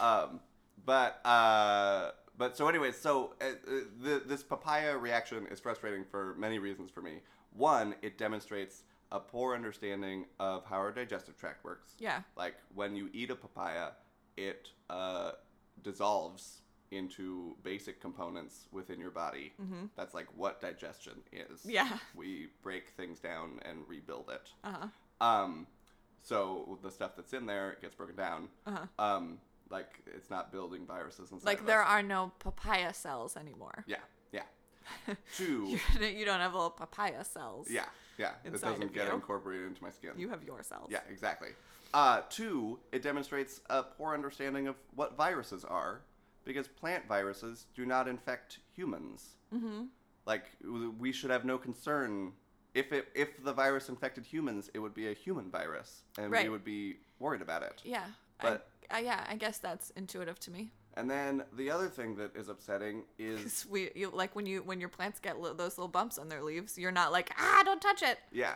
Speaker 3: um, but uh, but so anyways, so uh, uh, the, this papaya reaction is frustrating for many reasons for me. One, it demonstrates a poor understanding of how our digestive tract works.
Speaker 2: Yeah.
Speaker 3: Like when you eat a papaya, it uh, dissolves into basic components within your body. Mm-hmm. That's like what digestion is.
Speaker 2: Yeah.
Speaker 3: We break things down and rebuild it.
Speaker 2: Uh-huh.
Speaker 3: Um, so the stuff that's in there gets broken down.
Speaker 2: Uh-huh.
Speaker 3: Um, like it's not building viruses and stuff.
Speaker 2: Like there are no papaya cells anymore.
Speaker 3: Yeah, yeah. Two.
Speaker 2: (laughs) You, you don't have little papaya cells.
Speaker 3: yeah, yeah. It
Speaker 2: Inside
Speaker 3: doesn't
Speaker 2: of
Speaker 3: get
Speaker 2: you.
Speaker 3: incorporated into my skin.
Speaker 2: You have your cells.
Speaker 3: Yeah, exactly. Uh, two, it demonstrates a poor understanding of what viruses are, because plant viruses do not infect humans. Mm-hmm. Like w- we should have no concern if it if the virus infected humans, it would be a human virus, and we
Speaker 2: Right.
Speaker 3: would be worried about it.
Speaker 2: Yeah.
Speaker 3: But-
Speaker 2: I, I, yeah, I guess that's intuitive to me.
Speaker 3: And then the other thing that is upsetting is
Speaker 2: It's we you, like when you when your plants get li- those little bumps on their leaves, you're not like ah, don't touch it.
Speaker 3: yeah.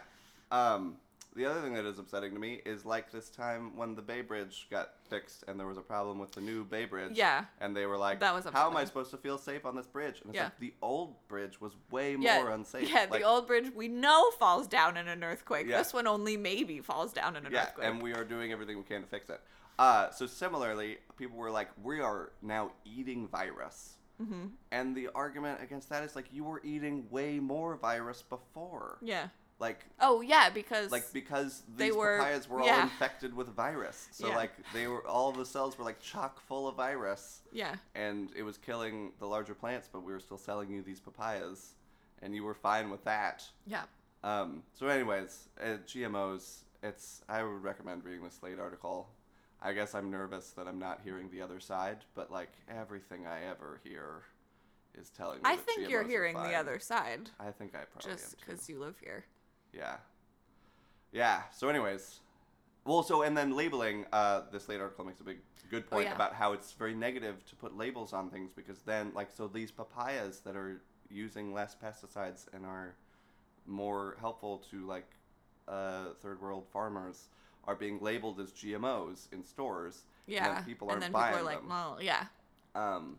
Speaker 3: Um, the other thing that is upsetting to me is like this time when the Bay Bridge got fixed and there was a problem with the new Bay Bridge.
Speaker 2: Yeah.
Speaker 3: And they were like,
Speaker 2: That was
Speaker 3: How am I
Speaker 2: upsetting.
Speaker 3: supposed to feel safe on this bridge? And it's
Speaker 2: Yeah.
Speaker 3: like the old bridge was way
Speaker 2: Yeah,
Speaker 3: more unsafe.
Speaker 2: yeah.
Speaker 3: Like,
Speaker 2: the old bridge we know falls down in an earthquake.
Speaker 3: Yeah.
Speaker 2: This one only maybe falls down in an
Speaker 3: Yeah,
Speaker 2: earthquake.
Speaker 3: and we are doing everything we can to fix it. Uh, so similarly, people were like, "We are now eating virus," mm-hmm. and the argument against that is like, "You were eating way more virus before."
Speaker 2: yeah.
Speaker 3: Like
Speaker 2: Oh yeah, because
Speaker 3: like because
Speaker 2: They
Speaker 3: these
Speaker 2: were-
Speaker 3: papayas were all
Speaker 2: yeah.
Speaker 3: infected with virus. So
Speaker 2: Yeah.
Speaker 3: like they were all the cells were like chock full of virus
Speaker 2: yeah,
Speaker 3: and it was killing the larger plants, but we were still selling you these papayas and you were fine with that.
Speaker 2: yeah.
Speaker 3: Um, so anyways, uh, GMOs, it's I would recommend reading this late article. I guess I'm nervous that I'm not hearing the other side, but like everything I ever hear is telling me.
Speaker 2: I
Speaker 3: that
Speaker 2: think you're
Speaker 3: GMOs are
Speaker 2: hearing
Speaker 3: fine.
Speaker 2: the other side
Speaker 3: I think I probably am Oh,
Speaker 2: just
Speaker 3: too.
Speaker 2: because you live here.
Speaker 3: Yeah. Yeah. So, anyways, well, so and then labeling. Uh, this late article makes a big good point
Speaker 2: yeah.
Speaker 3: about how it's very negative to put labels on things because then, like, so these papayas that are using less pesticides and are more helpful to like uh, third world farmers are being labeled as GMOs in stores.
Speaker 2: Yeah.
Speaker 3: And then people aren't buying
Speaker 2: like,
Speaker 3: them.
Speaker 2: well, yeah.
Speaker 3: Um,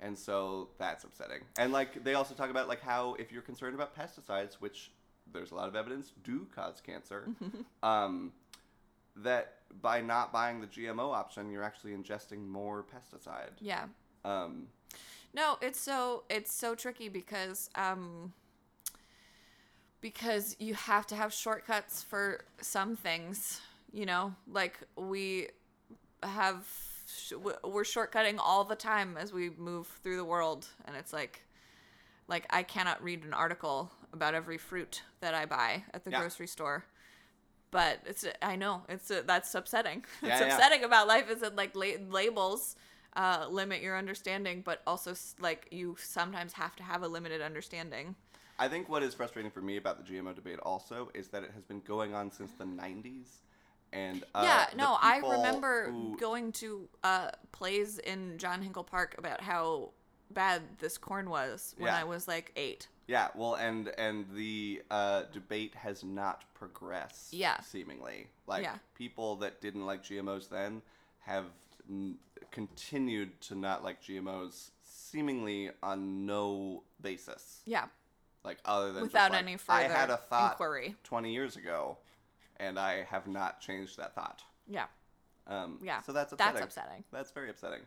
Speaker 3: and so that's upsetting. And like they also talk about like how if you're concerned about pesticides, which there's a lot of evidence do cause
Speaker 2: (laughs)
Speaker 3: cancer, um, that by not buying the GMO option, you're actually ingesting more pesticide.
Speaker 2: Yeah.
Speaker 3: Um,
Speaker 2: No, it's so it's so tricky because um because you have to have shortcuts for some things, you know? Like we have sh- w- we're shortcutting all the time as we move through the world and it's like like I cannot read an article about every fruit that I buy at the
Speaker 3: Yeah.
Speaker 2: grocery store. But it's I know it's uh, that's upsetting. (laughs)
Speaker 3: Yeah,
Speaker 2: it's
Speaker 3: yeah.
Speaker 2: upsetting about life is that like la- labels uh, limit your understanding, but also s- like you sometimes have to have a limited understanding.
Speaker 3: I think what is frustrating for me about the GMO debate also is that it has been going on since the 90s. And uh,
Speaker 2: yeah,
Speaker 3: the
Speaker 2: no, I
Speaker 3: people
Speaker 2: remember
Speaker 3: who-
Speaker 2: going to uh, plays in John Hinkle Park about how bad this corn was when
Speaker 3: Yeah.
Speaker 2: I was like eight.
Speaker 3: Yeah, well, and and the uh, debate has not progressed.
Speaker 2: Yeah.
Speaker 3: seemingly like
Speaker 2: Yeah.
Speaker 3: people that didn't like GMOs then have n- continued to not like GMOs, seemingly on no basis,
Speaker 2: Yeah,
Speaker 3: like other than just,
Speaker 2: without
Speaker 3: like,
Speaker 2: any further
Speaker 3: I had a thought
Speaker 2: inquiry.
Speaker 3: twenty years ago, and I have not changed that thought.
Speaker 2: Yeah,
Speaker 3: Um,
Speaker 2: Yeah,
Speaker 3: So that's
Speaker 2: that's
Speaker 3: upsetting.
Speaker 2: upsetting.
Speaker 3: That's very upsetting.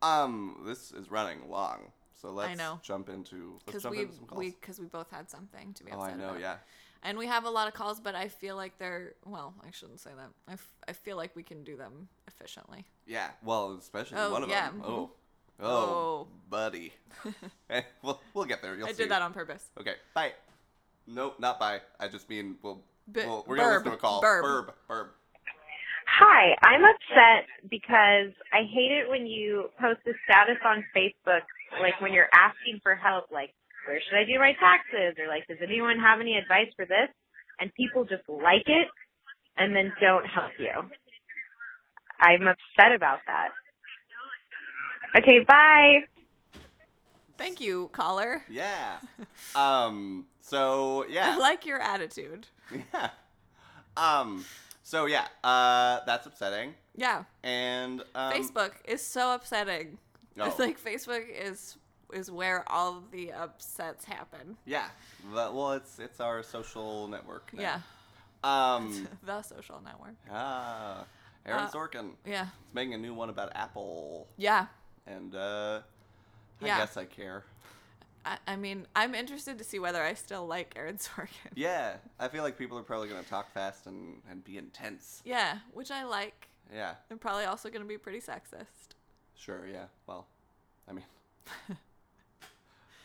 Speaker 3: Um, this is running long, so let's
Speaker 2: know.
Speaker 3: jump into let's
Speaker 2: because
Speaker 3: jump
Speaker 2: we
Speaker 3: into some calls.
Speaker 2: we because we both had something to be
Speaker 3: oh,
Speaker 2: upset
Speaker 3: I know,
Speaker 2: about.
Speaker 3: yeah.
Speaker 2: and we have a lot of calls, but I feel like they're well. I shouldn't say that. I, f- I feel like we can do them efficiently.
Speaker 3: Yeah, well, especially
Speaker 2: Oh,
Speaker 3: one of
Speaker 2: yeah,
Speaker 3: them.
Speaker 2: mhm.
Speaker 3: Oh, oh,
Speaker 2: Oh. (laughs)
Speaker 3: buddy. Eh, we'll, we'll get there. You'll
Speaker 2: I
Speaker 3: see.
Speaker 2: did that on purpose.
Speaker 3: Okay, bye. Nope, not bye. I just mean we'll.
Speaker 2: Bu-
Speaker 3: we'll we're gonna listen to
Speaker 2: burb,
Speaker 3: a call.
Speaker 2: burb.
Speaker 3: burb, burb.
Speaker 4: Hi, I'm upset because I hate it when you post a status on Facebook, like when you're asking for help, like, where should I do my taxes? Or like, does anyone have any advice for this? And people just like it and then don't help you. I'm upset about that. Okay, bye.
Speaker 2: Thank you, caller.
Speaker 3: Yeah. um. So yeah.
Speaker 2: (laughs) I like your attitude.
Speaker 3: yeah. Um. So yeah. Uh. That's upsetting.
Speaker 2: Yeah.
Speaker 3: And um,
Speaker 2: Facebook is so upsetting. (laughs)
Speaker 3: Oh.
Speaker 2: It's like Facebook is is where all of the upsets happen.
Speaker 3: Yeah. But- Well, it's it's our social network. now. (laughs)
Speaker 2: Yeah. (laughs)
Speaker 3: Um.
Speaker 2: The social network.
Speaker 3: ah. Aaron
Speaker 2: Uh,
Speaker 3: Sorkin
Speaker 2: Yeah.
Speaker 3: is making a new one about Apple.
Speaker 2: Yeah.
Speaker 3: and uh, I
Speaker 2: Yeah.
Speaker 3: guess I care.
Speaker 2: I, I mean, I'm interested to see whether I still like Aaron (laughs) Sorkin.
Speaker 3: Yeah, I feel like people are probably gonna talk fast and, and be intense.
Speaker 2: Yeah, which I like.
Speaker 3: Yeah,
Speaker 2: They're probably also going to be pretty sexist,
Speaker 3: sure. Yeah, well, I
Speaker 2: (laughs)
Speaker 3: mean,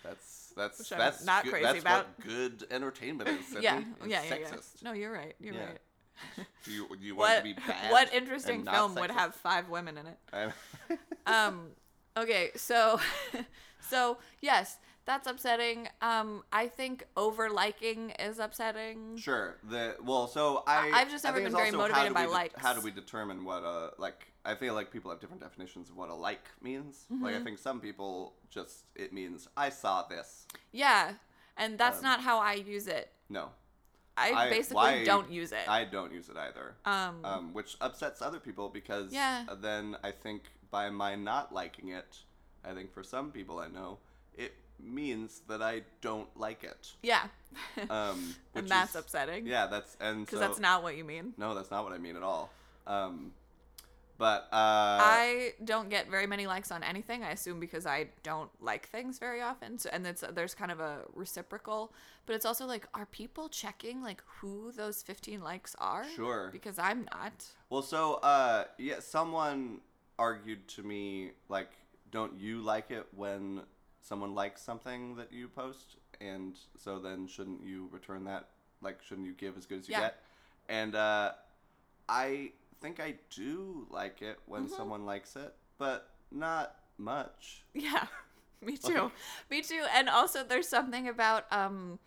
Speaker 3: that's that's
Speaker 2: Which I'm
Speaker 3: that's
Speaker 2: not
Speaker 3: good-
Speaker 2: crazy
Speaker 3: that's
Speaker 2: about.
Speaker 3: What good entertainment is. isn't
Speaker 2: (laughs) yeah,
Speaker 3: it? It's
Speaker 2: yeah, yeah, yeah.
Speaker 3: sexist.
Speaker 2: No, you're right. You're
Speaker 3: Yeah.
Speaker 2: right.
Speaker 3: Do you do you want it
Speaker 2: What (laughs)
Speaker 3: to be bad?
Speaker 2: what
Speaker 3: and
Speaker 2: interesting
Speaker 3: not
Speaker 2: film would
Speaker 3: sexist?
Speaker 2: have five women in it?
Speaker 3: I'm-
Speaker 2: um okay so (laughs) so yes that's upsetting um i think over liking is upsetting
Speaker 3: Sure. The well, so I.
Speaker 2: I- I've just
Speaker 3: I
Speaker 2: never
Speaker 3: think
Speaker 2: been
Speaker 3: it's also
Speaker 2: very
Speaker 3: how
Speaker 2: motivated
Speaker 3: do
Speaker 2: by
Speaker 3: we de-
Speaker 2: likes.
Speaker 3: How do we determine what a like? I feel like people have different definitions of what a like means. Like
Speaker 2: Mm-hmm.
Speaker 3: I think some people just it means I saw this.
Speaker 2: yeah and that's not how i use it
Speaker 3: No,
Speaker 2: i,
Speaker 3: Um, I-
Speaker 2: basically
Speaker 3: why-
Speaker 2: don't use it
Speaker 3: I don't use it either.
Speaker 2: Uh, um,
Speaker 3: um, which upsets other people because
Speaker 2: Yeah.
Speaker 3: then I think by my not liking it, I think for some people I know it means that I don't like it.
Speaker 2: yeah
Speaker 3: Um, which
Speaker 2: (laughs) and that's
Speaker 3: is-
Speaker 2: upsetting
Speaker 3: Yeah, that's and
Speaker 2: because
Speaker 3: so
Speaker 2: that's not what you mean
Speaker 3: No, that's not what I mean at all. Um, but uh,
Speaker 2: I don't get very many likes on anything. I assume because I don't like things very often. So, and it's there's kind of a reciprocal, but it's also like, are people checking like who those 15 likes are?
Speaker 3: Sure.
Speaker 2: Because I'm not.
Speaker 3: well, so uh, yeah, someone argued to me like, don't you like it when someone likes something that you post, and so then shouldn't you return that? Like, shouldn't you give as good as you
Speaker 2: Yeah.
Speaker 3: get? And uh, I think I do like it when
Speaker 2: Mm-hmm.
Speaker 3: someone likes it, but not much.
Speaker 2: Yeah, (laughs) me too. me too. And also, there's something about um,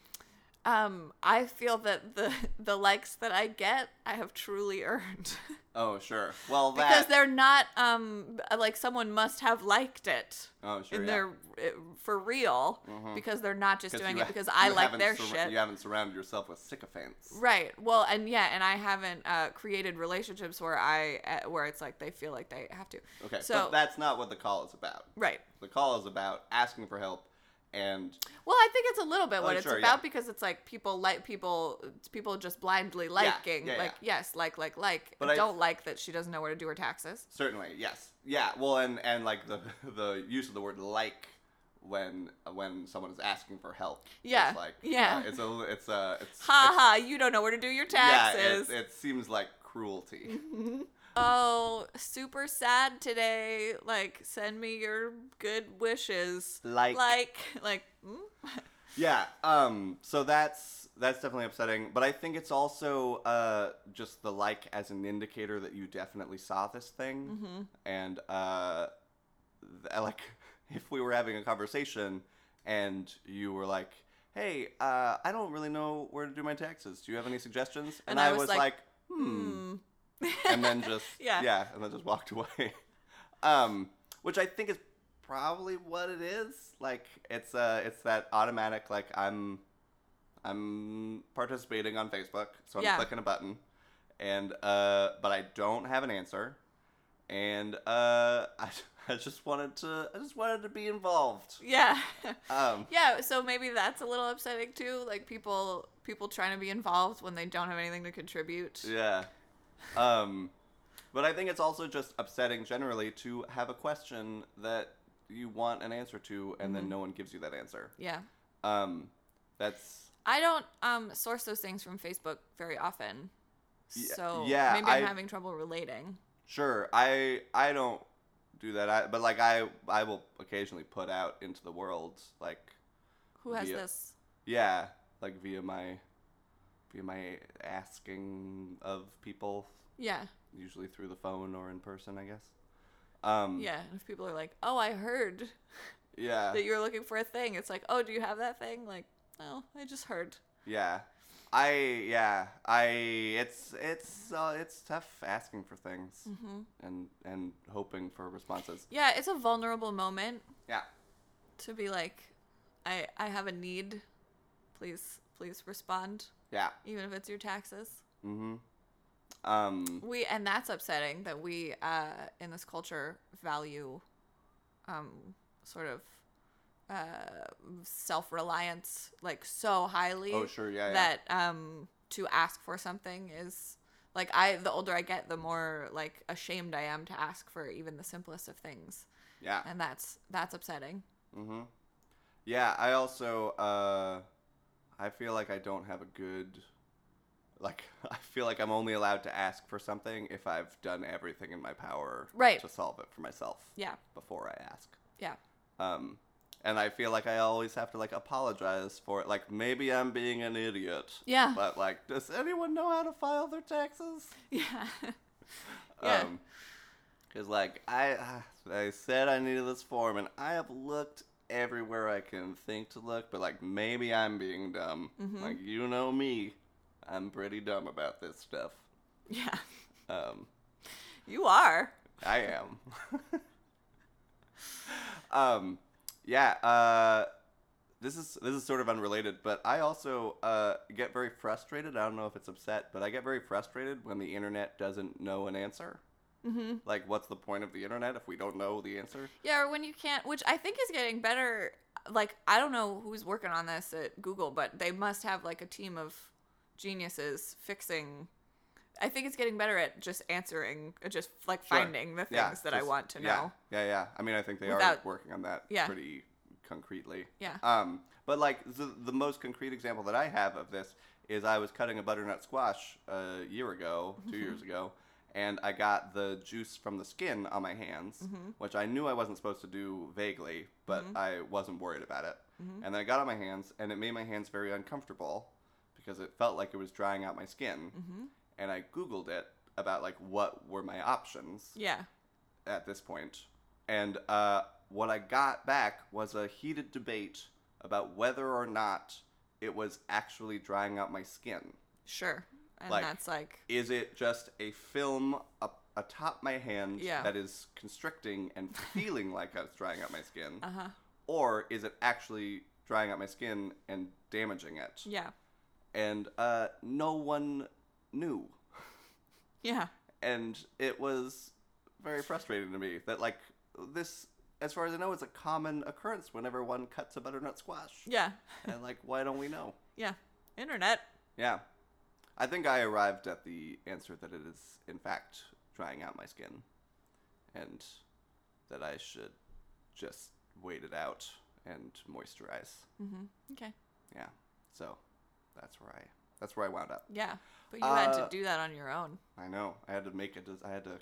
Speaker 2: um, I feel that the (laughs) the likes that I get, I have truly earned
Speaker 3: (laughs)
Speaker 2: (laughs)
Speaker 3: Oh, sure. Well, that.
Speaker 2: because they're not um like someone must have liked it.
Speaker 3: oh, sure.
Speaker 2: in
Speaker 3: yeah. Mm-hmm.
Speaker 2: their uh, for real because they're not just
Speaker 3: 'Cause
Speaker 2: doing
Speaker 3: you
Speaker 2: it
Speaker 3: ha-
Speaker 2: because I
Speaker 3: you
Speaker 2: like
Speaker 3: haven't
Speaker 2: their
Speaker 3: sur-
Speaker 2: shit.
Speaker 3: You haven't surrounded yourself with sycophants.
Speaker 2: Right. Well, and yeah, and I haven't uh, created relationships where I uh, where it's like they feel like they have to.
Speaker 3: Okay,
Speaker 2: So
Speaker 3: but that's not what the call is about.
Speaker 2: right.
Speaker 3: The call is about asking for help and
Speaker 2: Well, I think it's a little bit what
Speaker 3: Oh,
Speaker 2: it's
Speaker 3: sure,
Speaker 2: about
Speaker 3: yeah.
Speaker 2: because it's like people like people people just blindly liking
Speaker 3: yeah,
Speaker 2: like yes like like like
Speaker 3: But I-
Speaker 2: don't like that she doesn't know where to do her taxes.
Speaker 3: certainly, yes. Yeah, well and and like the (laughs) the use of the word like when when someone is asking for help. is
Speaker 2: Yeah,
Speaker 3: like
Speaker 2: yeah.
Speaker 3: uh, it's a it's a it's
Speaker 2: Ha ha! You don't know where to do your
Speaker 3: yeah,
Speaker 2: taxes.
Speaker 3: it, it seems like cruelty. (laughs)
Speaker 2: oh, super sad today. Like, send me your good wishes.
Speaker 3: Like.
Speaker 2: like, like, mm?
Speaker 3: Yeah. Um. So that's that's definitely upsetting, but I think it's also uh just the like as an indicator that you definitely saw this thing,
Speaker 2: Mm-hmm.
Speaker 3: and uh, th- (laughs) like if we were having a conversation and you were like, "Hey, uh, I don't really know where to do my taxes. Do you have any suggestions?"
Speaker 2: And I was like,
Speaker 3: "Hmm," and then just yeah,
Speaker 2: Yeah.
Speaker 3: yeah, and then just walked away. (laughs) um, which I think is probably what it is. Like it's uh it's that automatic like I'm I'm participating on Facebook, so I'm
Speaker 2: Yeah.
Speaker 3: clicking a button, and uh but I don't have an answer, and uh (laughs) I, I just wanted to I just wanted to be involved.
Speaker 2: yeah, (laughs)
Speaker 3: Um,
Speaker 2: yeah. So maybe that's a little upsetting too. Like people, people trying to be involved when they don't have anything to (laughs) contribute.
Speaker 3: Yeah. Um, but I think it's also just upsetting generally to have a question that you want an answer to and then no one gives you that answer.
Speaker 2: Yeah.
Speaker 3: Um, that's
Speaker 2: I don't um source those things from Facebook very often.
Speaker 3: Yeah,
Speaker 2: So
Speaker 3: yeah,
Speaker 2: maybe I'm
Speaker 3: I-
Speaker 2: having trouble relating.
Speaker 3: sure. I I don't do that. I but like I I will occasionally put out into the world like
Speaker 2: Who has
Speaker 3: Yeah.
Speaker 2: this?
Speaker 3: yeah, like via my via my asking of people
Speaker 2: Yeah.
Speaker 3: usually through the phone or in person, I guess. Um,
Speaker 2: Yeah. And if people are like, "Oh, I heard
Speaker 3: Yeah.
Speaker 2: that you were looking for a thing," it's like, "Oh, do you have that thing?" Like, "No, I just heard."
Speaker 3: Yeah. I yeah, I it's it's uh, it's tough asking for things
Speaker 2: Mm-hmm.
Speaker 3: and and hoping for responses.
Speaker 2: Yeah, it's a vulnerable moment
Speaker 3: Yeah.
Speaker 2: to be like, "I I have a need. Please, please respond."
Speaker 3: Yeah.
Speaker 2: even if it's your taxes.
Speaker 3: Mhm. Um
Speaker 2: We and that's upsetting that we uh, in this culture value um, sort of uh, self reliance like so highly.
Speaker 3: Oh, sure, yeah, yeah.
Speaker 2: That um, to ask for something is like I the older I get, the more like ashamed I am to ask for even the simplest of things,
Speaker 3: yeah.
Speaker 2: and that's that's upsetting.
Speaker 3: Mhm. Yeah, I also uh I feel like I don't have a good like (laughs) I feel like I'm only allowed to ask for something if I've done everything in my power
Speaker 2: Right.
Speaker 3: to solve it for myself
Speaker 2: Yeah,
Speaker 3: before I ask.
Speaker 2: yeah,
Speaker 3: um and i feel like i always have to like apologize for it like maybe i'm being an idiot
Speaker 2: Yeah.
Speaker 3: but like does anyone know how to file their taxes
Speaker 2: (laughs) yeah, Yeah.
Speaker 3: because like i i said i needed this form and i have looked everywhere i can think to look but like maybe i'm being dumb
Speaker 2: Mm-hmm.
Speaker 3: like you know me i'm pretty dumb about this stuff
Speaker 2: yeah.
Speaker 3: um
Speaker 2: You are.
Speaker 3: I am. (laughs) um, yeah. Uh, this is this is sort of unrelated, but I also uh, get very frustrated. I don't know if it's upset, but I get very frustrated when the internet doesn't know an answer. Mm-hmm. Like, what's the point of the internet if we don't know the answer?
Speaker 2: Yeah, or when you can't, which I think is getting better. Like, I don't know who's working on this at Google, but they must have like a team of geniuses fixing. I think it's getting better at just answering, uh, just like
Speaker 3: Sure.
Speaker 2: finding the things
Speaker 3: Yeah,
Speaker 2: that I
Speaker 3: just-
Speaker 2: want to
Speaker 3: yeah,
Speaker 2: know.
Speaker 3: Yeah, yeah. I mean, I think they
Speaker 2: Without-
Speaker 3: are working on that
Speaker 2: Yeah.
Speaker 3: pretty concretely.
Speaker 2: Yeah.
Speaker 3: Um, but like the the most concrete example that I have of this is I was cutting a butternut squash a year ago, two
Speaker 2: Mm-hmm.
Speaker 3: years ago, and I got the juice from the skin on my hands,
Speaker 2: Mm-hmm.
Speaker 3: which I knew I wasn't supposed to do vaguely, but I wasn't worried about it.
Speaker 2: Mm-hmm.
Speaker 3: And then I got on my hands, and it made my hands
Speaker 2: Mm-hmm.
Speaker 3: very uncomfortable because it felt like it was drying out my skin. And I Googled it about like what were my options
Speaker 2: Yeah.
Speaker 3: at this point. And uh, what I got back was a heated debate about whether or not it was actually drying out my skin.
Speaker 2: Sure. And
Speaker 3: Like-
Speaker 2: that's like
Speaker 3: Is it just a film up atop my hand
Speaker 2: Yeah.
Speaker 3: that is constricting
Speaker 2: (laughs)
Speaker 3: and feeling like it's drying out my skin?
Speaker 2: uh huh.
Speaker 3: Or is it actually drying out my skin and damaging it?
Speaker 2: Yeah.
Speaker 3: And uh, no one knew.
Speaker 2: Yeah.
Speaker 3: and it was very frustrating to me that like this as far as i know is a common occurrence whenever one cuts a butternut squash
Speaker 2: Yeah.
Speaker 3: and like why don't we know
Speaker 2: Yeah. Internet.
Speaker 3: yeah i think i arrived at the answer that it is in fact drying out my skin and that i should just wait it out and moisturize
Speaker 2: Mm-hmm. Okay.
Speaker 3: yeah so that's where i that's where i wound up
Speaker 2: Yeah. But you had to
Speaker 3: Uh,
Speaker 2: do that on your own.
Speaker 3: i know i had to make it i had to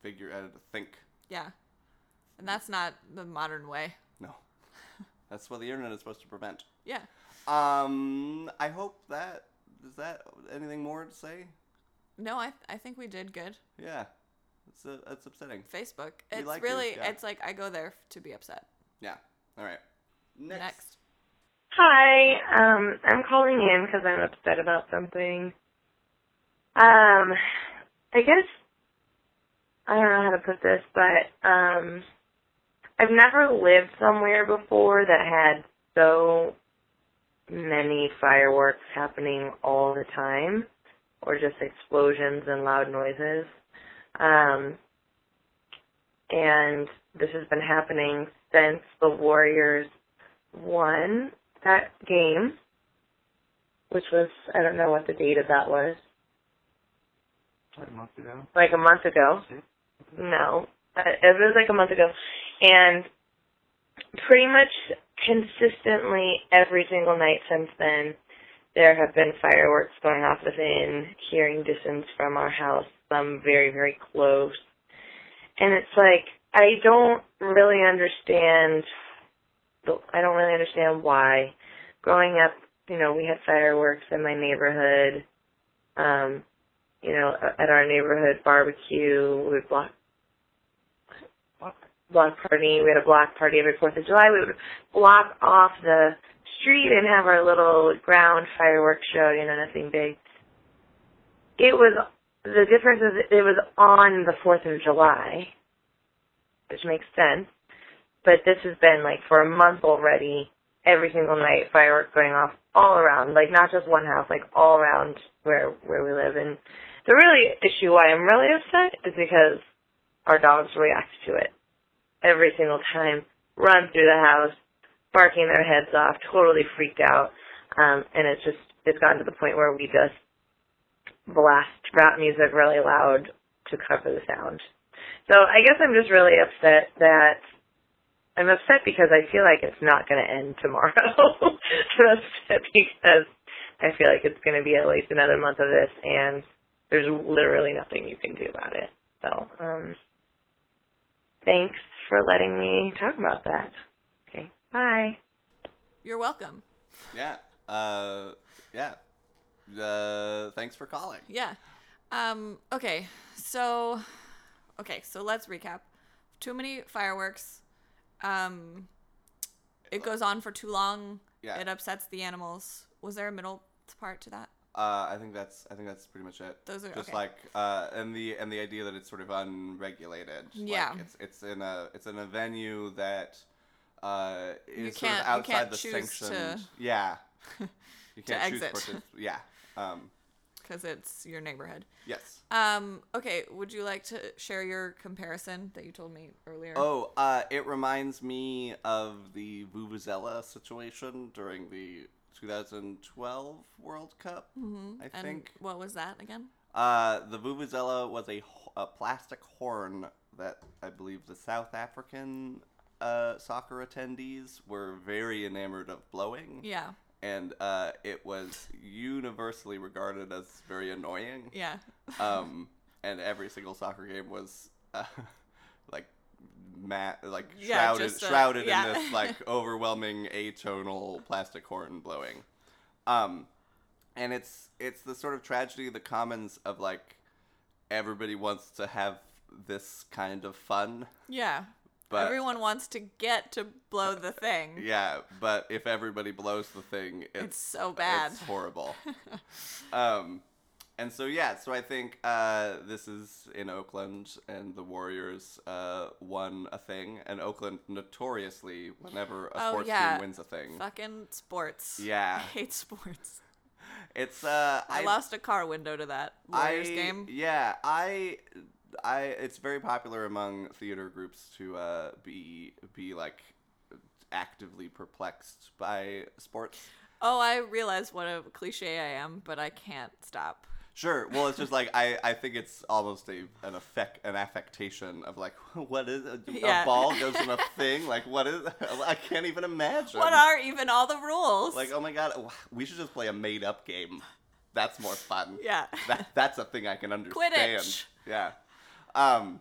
Speaker 3: figure i had to think
Speaker 2: Yeah. And that's not the modern way.
Speaker 3: No. (laughs) That's what the internet is supposed to prevent.
Speaker 2: Yeah.
Speaker 3: Um, I hope that is that anything more to say?
Speaker 2: No, I I think we did good.
Speaker 3: Yeah. It's uh it's upsetting.
Speaker 2: Facebook.
Speaker 3: We
Speaker 2: It's
Speaker 3: like yours,
Speaker 2: really
Speaker 3: yeah.
Speaker 2: it's like I go there to be upset.
Speaker 3: Yeah. All right. Next.
Speaker 2: Next.
Speaker 4: Hi, um, I'm calling in because I'm upset about something. Um, I guess I don't know how to put this, but um, I've never lived somewhere before that had so many fireworks happening all the time, or just explosions and loud noises. Um, and this has been happening since the Warriors won that game, which was I don't know what the date of that was,
Speaker 5: Like a month ago.
Speaker 4: like a month ago. No, Uh, it was like a month ago, and pretty much consistently every single night since then, there have been fireworks going off within hearing distance from our house. Some very very close, and it's like I don't really understand. the- I don't really understand why. Growing up, you know, we had fireworks in my neighborhood. Um, you know, at our neighborhood barbecue, we would block block party. We had a block party every Fourth of July. We would block off the street and have our little ground fireworks show. You know, nothing big. It was the difference is it was on the Fourth of July, which makes sense. But this has been like for a month already. Every single night, fireworks going off all around, like not just one house, like all around where where we live. And the really issue why I'm really upset is because our dogs react to it every single time, run through the house, barking their heads off, totally freaked out. Um, and it's just it's gotten to the point where we just blast rap music really loud to cover the sound. So I guess I'm just really upset that I'm upset because I feel like it's not going to end tomorrow. (laughs) I'm upset because I feel like it's going to be at least another month of this, and there's literally nothing you can do about it. So, um, thanks for letting me talk about that. Okay, bye.
Speaker 2: You're welcome.
Speaker 3: Yeah. Uh, yeah. Uh, thanks for calling.
Speaker 2: Yeah. Um, okay. So, okay. So let's recap. Too many fireworks. Um, it goes on for too long.
Speaker 3: Yeah.
Speaker 2: It upsets the animals. Was there a middle part to that?
Speaker 3: Uh, I think that's I think that's pretty much it.
Speaker 2: Those are-
Speaker 3: just
Speaker 2: okay.
Speaker 3: like uh, and the and the idea that it's sort of unregulated.
Speaker 2: Yeah.
Speaker 3: Like it's it's in a it's in a venue that uh,
Speaker 2: You
Speaker 3: is sort of
Speaker 2: can't- you
Speaker 3: outside
Speaker 2: can't
Speaker 3: the
Speaker 2: choose to-
Speaker 3: sanctioned.
Speaker 2: (laughs)
Speaker 3: Yeah. You can't choose
Speaker 2: exit. (laughs)
Speaker 3: partic- yeah. Um,
Speaker 2: Because it's your neighborhood.
Speaker 3: yes.
Speaker 2: Um, okay. Would you like to share your comparison that you told me earlier?
Speaker 3: Oh, uh, it reminds me of the Vuvuzela situation during the 2012 World Cup.
Speaker 2: Mhm.
Speaker 3: I
Speaker 2: And
Speaker 3: think.
Speaker 2: What was that again?
Speaker 3: Uh, the Vuvuzela was a, h- a plastic horn that I believe the South African uh, soccer attendees were very enamored of blowing.
Speaker 2: Yeah.
Speaker 3: And uh, it was universally regarded as very annoying.
Speaker 2: Yeah.
Speaker 3: Um, and every single soccer game was uh, (laughs) like mat like
Speaker 2: Yeah,
Speaker 3: shrouded
Speaker 2: just a-
Speaker 3: shrouded
Speaker 2: yeah.
Speaker 3: in
Speaker 2: (laughs)
Speaker 3: this like overwhelming atonal plastic horn blowing. Um, and it's it's the sort of tragedy that commons of like everybody wants to have this kind of fun.
Speaker 2: Yeah.
Speaker 3: But
Speaker 2: Everyone wants to get to blow the thing.
Speaker 3: yeah, but if everybody blows the thing, it's,
Speaker 2: It's so bad.
Speaker 3: It's horrible. (laughs) um, and so yeah, so I think uh, this is in Oakland, and the Warriors uh, won a thing, and Oakland notoriously, whenever a
Speaker 2: Oh,
Speaker 3: sports
Speaker 2: yeah.
Speaker 3: team wins a thing,
Speaker 2: Fucking sports.
Speaker 3: Yeah.
Speaker 2: (laughs) I hate sports.
Speaker 3: it's uh,
Speaker 2: I, lost a car window to that Warriors
Speaker 3: I-
Speaker 2: game.
Speaker 3: Yeah, I, I. It's very popular among theater groups to uh, be be like actively perplexed by sports.
Speaker 2: Oh, I realize what a cliche I am, but I can't stop.
Speaker 3: Sure. Well, it's just like I, I think it's almost a an affect an affectation of like (laughs) what is a,
Speaker 2: Yeah.
Speaker 3: a
Speaker 2: (laughs)
Speaker 3: ball goes in a thing like what is (laughs) I can't even imagine.
Speaker 2: What are even all the rules?
Speaker 3: like oh my god we should just play a made up game. That's more fun.
Speaker 2: yeah.
Speaker 3: That, that's a thing I
Speaker 2: (laughs)
Speaker 3: can understand.
Speaker 2: Quidditch.
Speaker 3: Yeah. Um.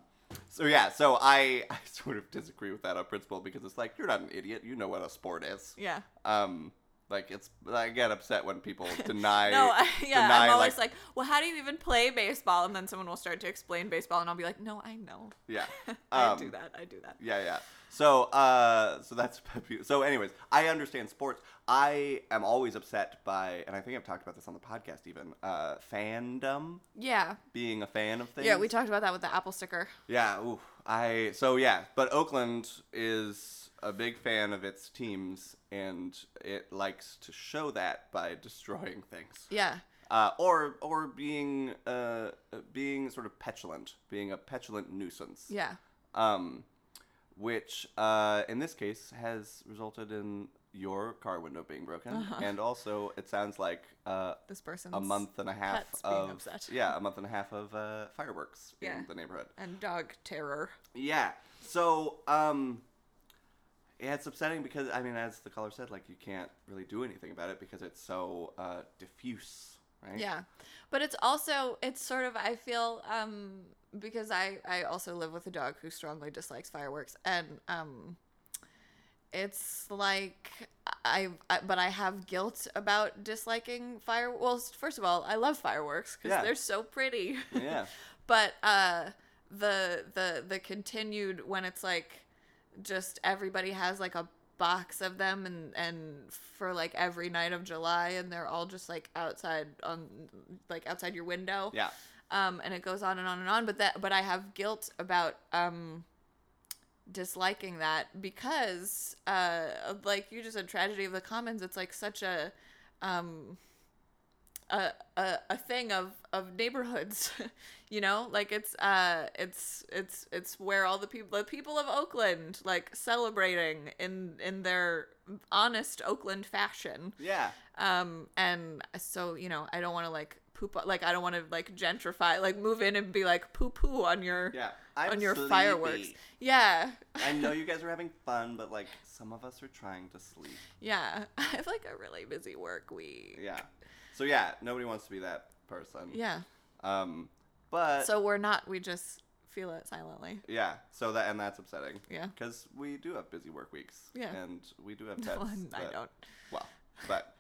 Speaker 3: So yeah. So I (laughs) I sort of disagree with that on principle because it's like you're not an idiot. You know what a sport is.
Speaker 2: yeah.
Speaker 3: Um. Like it's I get upset when
Speaker 2: (laughs)
Speaker 3: people deny.
Speaker 2: No, I, yeah,
Speaker 3: deny,
Speaker 2: I'm always like, well, how do you even play baseball? And then someone will start to explain baseball, and I'll be like, no, I know.
Speaker 3: yeah.
Speaker 2: (laughs) I
Speaker 3: Um,
Speaker 2: do that. I do that.
Speaker 3: Yeah, yeah. So, uh, so that's (laughs) so. Anyways, I understand sports. I am always upset by, and I think I've talked about this on the podcast even. Uh, fandom,
Speaker 2: Yeah.
Speaker 3: being a fan of things.
Speaker 2: Yeah, we talked about that with the apple sticker.
Speaker 3: Yeah. Ooh, I. So yeah, but Oakland is a big fan of its teams, and it likes to show that by (laughs) destroying things,
Speaker 2: Yeah.
Speaker 3: uh, or or being uh, being sort of petulant, being a petulant nuisance
Speaker 2: Yeah.
Speaker 3: um, which uh, in this case has resulted in your car window being broken,
Speaker 2: Uh-huh.
Speaker 3: and also it sounds like uh,
Speaker 2: This person's
Speaker 3: a month and a half
Speaker 2: pets being
Speaker 3: of
Speaker 2: upset.
Speaker 3: yeah, a month and a half of uh, fireworks
Speaker 2: Yeah.
Speaker 3: in the neighborhood.
Speaker 2: and dog terror.
Speaker 3: Yeah, so um, yeah, it's upsetting because I mean, as the caller said, like you can't really do anything about it because it's so uh, diffuse, right?
Speaker 2: Yeah. But it's also it's sort of I feel um because I I also live with a dog who strongly dislikes fireworks and um it's like I, I but I have guilt about disliking fire well s- first of all I love fireworks cuz
Speaker 3: Yeah.
Speaker 2: they're so pretty.
Speaker 3: (laughs)
Speaker 2: (laughs)
Speaker 3: Yeah.
Speaker 2: but uh the the the continued when it's like just everybody has like a box of them and and for like every night of july and they're all just like outside on like outside your window
Speaker 3: Yeah.
Speaker 2: um and it goes on and on and on but that but i have guilt about um disliking that because uh of, like you just said tragedy of the commons it's like such a um a, a, a thing of, of neighborhoods (laughs) you know like it's uh it's it's it's where all the people the people of oakland like celebrating in in their honest oakland fashion
Speaker 3: Yeah.
Speaker 2: um and so you know i don't want to like poop like i don't want to like gentrify like move in and be like poo poo on your
Speaker 3: Yeah. I'm
Speaker 2: on your
Speaker 3: sleepy.
Speaker 2: fireworks yeah (laughs)
Speaker 3: I know you guys are having fun, but like some of us are trying to sleep.
Speaker 2: yeah (laughs) i have like a really busy work week
Speaker 3: Yeah. So yeah, nobody wants to be that person.
Speaker 2: yeah
Speaker 3: Um, but
Speaker 2: so we're not we just feel it silently
Speaker 3: yeah, so that and that's upsetting.
Speaker 2: Yeah. (laughs)
Speaker 3: Because we do have busy work weeks.
Speaker 2: Yeah.
Speaker 3: And we do have pets.
Speaker 2: Well, (laughs) i
Speaker 3: that-
Speaker 2: don't
Speaker 3: Well, but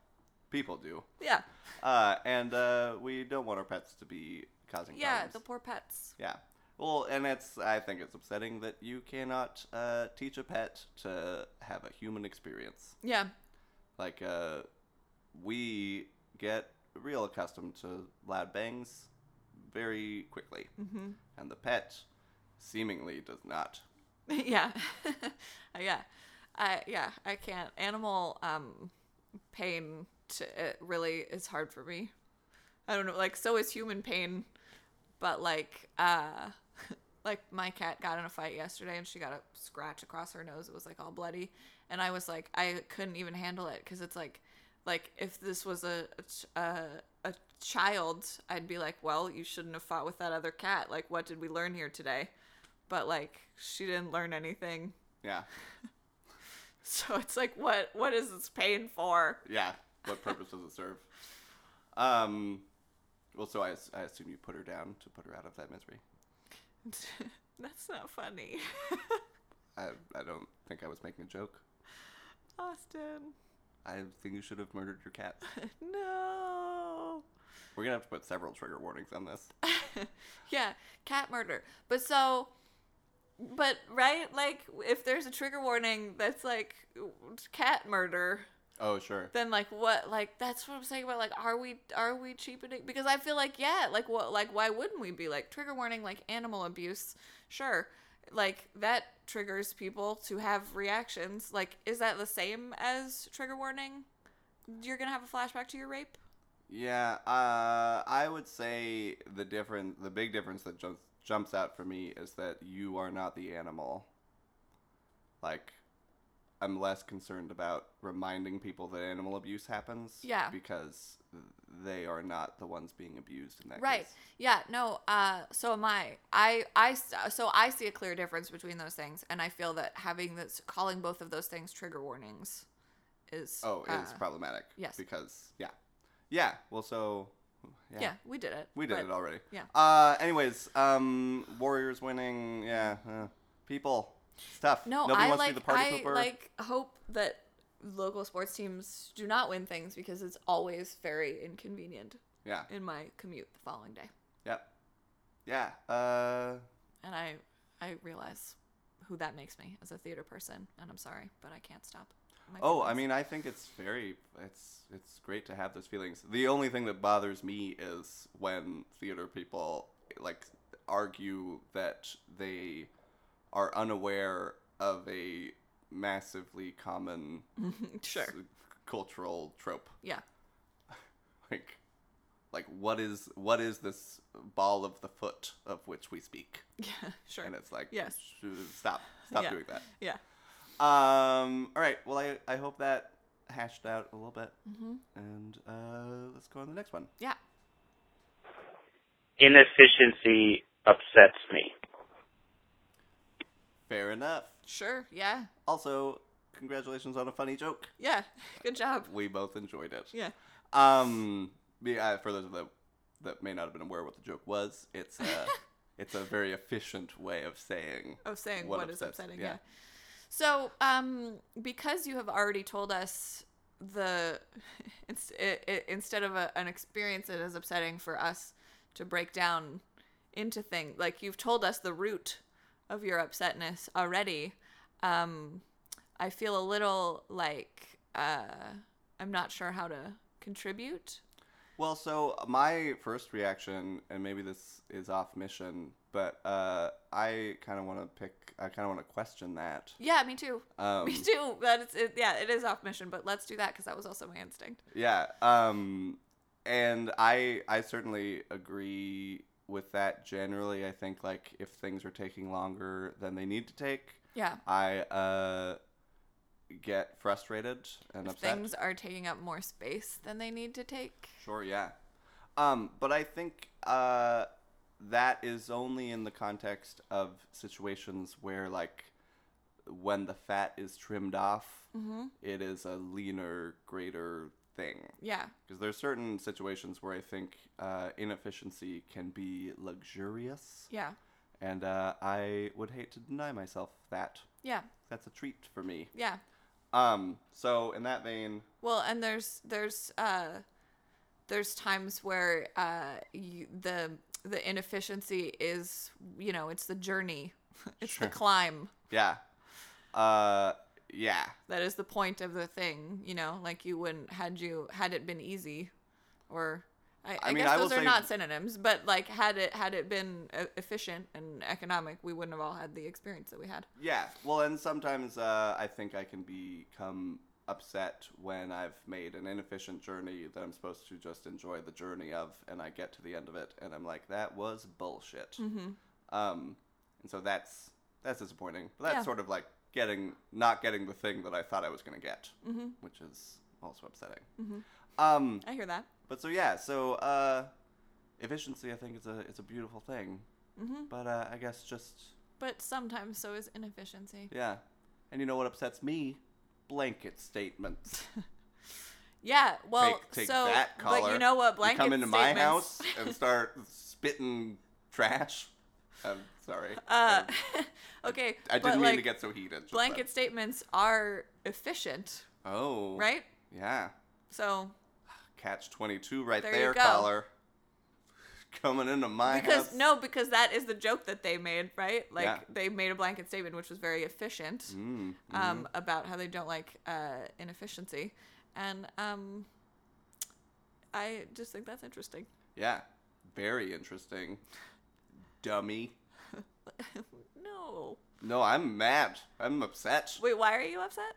Speaker 3: people do.
Speaker 2: yeah
Speaker 3: Uh, and uh, we don't want our pets to be causing
Speaker 2: Yeah,
Speaker 3: problems.
Speaker 2: the poor pets.
Speaker 3: yeah. Well, and it's I think it's upsetting that you cannot uh, teach a pet to have a human experience.
Speaker 2: Yeah,
Speaker 3: like uh we get real accustomed to loud bangs very quickly
Speaker 2: Mhm.
Speaker 3: and the pet seemingly does not
Speaker 2: (laughs) yeah, Uh, yeah, I yeah I can't. Animal um pain to, it really is hard for me. I don't know. Like so is human pain, but like uh (laughs) like my cat got in a fight yesterday and she got a scratch across her nose. It was like all bloody, and I was like I couldn't even handle it because it's like like if this was a a ch- a, a child, I'd be like, well, you shouldn't have fought with that other cat. Like, what did we learn here today? but like she didn't learn anything. (laughs)
Speaker 3: yeah
Speaker 2: So it's like what what is this pain for? (laughs)
Speaker 3: yeah what purpose does it serve um well so I, as- I assume you put her down to put her out of that misery
Speaker 2: That's not funny. (laughs)
Speaker 3: i i don't think i was making a joke
Speaker 2: Austin.
Speaker 3: i think you should have murdered your cat
Speaker 2: No.
Speaker 3: we're gonna have to put several trigger warnings on this
Speaker 2: yeah, cat murder. But so, but right, like if there's a trigger warning that's like cat murder,
Speaker 3: Oh, sure.
Speaker 2: then like what, like that's what I'm saying about like are we are we cheapening? Because I feel like yeah, like what, like why wouldn't we be like trigger warning like animal abuse? Sure. Like that triggers people to have reactions. Like, is that the same as trigger warning? You're gonna have a flashback to your rape.
Speaker 3: Yeah, uh, I would say the different, the big difference that jumps jumps out for me is that you are not the animal. Like, I'm less concerned about reminding people that animal abuse happens.
Speaker 2: Yeah.
Speaker 3: Because they are not the ones being abused in that
Speaker 2: right
Speaker 3: case.
Speaker 2: yeah no uh so am i i i s- so i see a clear difference between those things and i feel that having this calling both of those things trigger warnings is
Speaker 3: Oh, it's
Speaker 2: uh,
Speaker 3: problematic.
Speaker 2: yes.
Speaker 3: Because yeah, yeah. Well, so yeah,
Speaker 2: yeah. we did it
Speaker 3: we did
Speaker 2: but-
Speaker 3: it already.
Speaker 2: yeah.
Speaker 3: Uh, anyways, um, Warriors winning. Yeah, uh, people. It's tough.
Speaker 2: no
Speaker 3: Nobody
Speaker 2: i
Speaker 3: wants
Speaker 2: like
Speaker 3: to be the party
Speaker 2: i
Speaker 3: pooper.
Speaker 2: like hope that local sports teams do not win things because it's always very inconvenient
Speaker 3: yeah.
Speaker 2: in my commute the following day
Speaker 3: Yep. Yeah. Uh,
Speaker 2: and i i realize who that makes me as a theater person and i'm sorry but i can't stop my
Speaker 3: oh, I
Speaker 2: feelings.
Speaker 3: mean, I think it's very it's it's great to have those feelings. The only thing that bothers me is when theater people like argue that they are unaware of a massively common
Speaker 2: (laughs) sure
Speaker 3: s- cultural trope.
Speaker 2: yeah (laughs)
Speaker 3: Like like what is what is this ball of the foot of which we speak?
Speaker 2: yeah sure
Speaker 3: And it's like
Speaker 2: Yes.
Speaker 3: sh- stop stop
Speaker 2: Yeah.
Speaker 3: doing that.
Speaker 2: yeah
Speaker 3: Um. All right. Well, I, I hope that hashed out a little bit. Mm-hmm. And uh, let's go on to the next one.
Speaker 2: Yeah.
Speaker 6: Inefficiency upsets me.
Speaker 3: Fair enough.
Speaker 2: Sure. Yeah.
Speaker 3: Also, congratulations on a funny joke.
Speaker 2: Yeah. (laughs) Good job.
Speaker 3: We both enjoyed it.
Speaker 2: Yeah.
Speaker 3: Um. Yeah. For those of that that may not have been aware what the joke was, it's
Speaker 2: (laughs)
Speaker 3: a it's a very efficient way of saying
Speaker 2: Of saying
Speaker 3: What
Speaker 2: what is
Speaker 3: upsets-
Speaker 2: upsetting. Yeah.
Speaker 3: yeah.
Speaker 2: So, um, because you have already told us the (laughs) it's, it, it, instead of a, an experience that is upsetting for us to break down into things like you've told us the root of your upsetness already. Um, I feel a little like uh, I'm not sure how to contribute.
Speaker 3: Well, so uh, my first reaction, and maybe this is off mission, but uh, I kind of want to pick. I kind of want to question that.
Speaker 2: Yeah, me too. (laughs)
Speaker 3: Um,
Speaker 2: Me too. That it's it, yeah, it is off mission, but let's do that because that was also my instinct.
Speaker 3: Yeah. Um and I I certainly agree with that generally. I think like if things are taking longer than they need to take,
Speaker 2: Yeah.
Speaker 3: I uh get frustrated and
Speaker 2: If
Speaker 3: upset.
Speaker 2: things are taking up more space than they need to take.
Speaker 3: Sure, yeah. Um, but I think uh, that is only in the context of situations where, like, when the fat is trimmed off, it is a leaner, greater thing.
Speaker 2: Yeah.
Speaker 3: Because there's certain situations where I think uh, inefficiency can be luxurious,
Speaker 2: Yeah.
Speaker 3: and uh, I would hate to deny myself that.
Speaker 2: Yeah.
Speaker 3: That's a treat for me.
Speaker 2: Yeah.
Speaker 3: Um, so in that vein,
Speaker 2: Well, and there's there's uh there's times where uh you, the the inefficiency is you know it's the journey, (laughs) it's
Speaker 3: Sure.
Speaker 2: the climb
Speaker 3: yeah, uh, yeah,
Speaker 2: that is the point of the thing. You know, like you wouldn't had you had it been easy, or I, I,
Speaker 3: I mean,
Speaker 2: guess
Speaker 3: I will
Speaker 2: those are
Speaker 3: say-
Speaker 2: not synonyms, but like had it had it been e- efficient and economic, we wouldn't have all had the experience that we had.
Speaker 3: yeah. Well, and sometimes uh, I think I can become upset when I've made an inefficient journey that I'm supposed to just enjoy the journey of, and I get to the end of it, and I'm like, that was bullshit.
Speaker 2: Mm-hmm.
Speaker 3: Um, and so that's that's disappointing. But that's
Speaker 2: Yeah.
Speaker 3: sort of like getting not getting the thing that I thought I was going to get, which is also upsetting. Um,
Speaker 2: I hear that.
Speaker 3: but so yeah, so uh, efficiency I think is a it's a beautiful thing. But uh, I guess just
Speaker 2: But sometimes so is inefficiency.
Speaker 3: yeah, and you know what upsets me? Blanket statements.
Speaker 2: Yeah. (laughs) Well,
Speaker 3: take take
Speaker 2: so
Speaker 3: that caller.
Speaker 2: but you know what? Blanket
Speaker 3: you come into my
Speaker 2: statements- (laughs)
Speaker 3: house and start spitting trash. I'm sorry.
Speaker 2: Uh,
Speaker 3: I-
Speaker 2: okay.
Speaker 3: I
Speaker 2: but,
Speaker 3: didn't mean
Speaker 2: like,
Speaker 3: to get so heated. just
Speaker 2: Blanket statements are efficient,
Speaker 3: then. Oh.
Speaker 2: right?
Speaker 3: Yeah.
Speaker 2: So
Speaker 3: Catch 22 right
Speaker 2: There
Speaker 3: there,
Speaker 2: you go.
Speaker 3: caller. coming into my
Speaker 2: because
Speaker 3: house.
Speaker 2: no, because that is the joke that they made, right? Like
Speaker 3: Yeah.
Speaker 2: they made a blanket statement, which was very efficient,
Speaker 3: Mm, mhm.
Speaker 2: um, about how they don't like uh, inefficiency, and um, I just think that's interesting.
Speaker 3: yeah, very interesting, dummy.
Speaker 2: no,
Speaker 3: No, I'm mad. I'm upset.
Speaker 2: wait, why are you upset?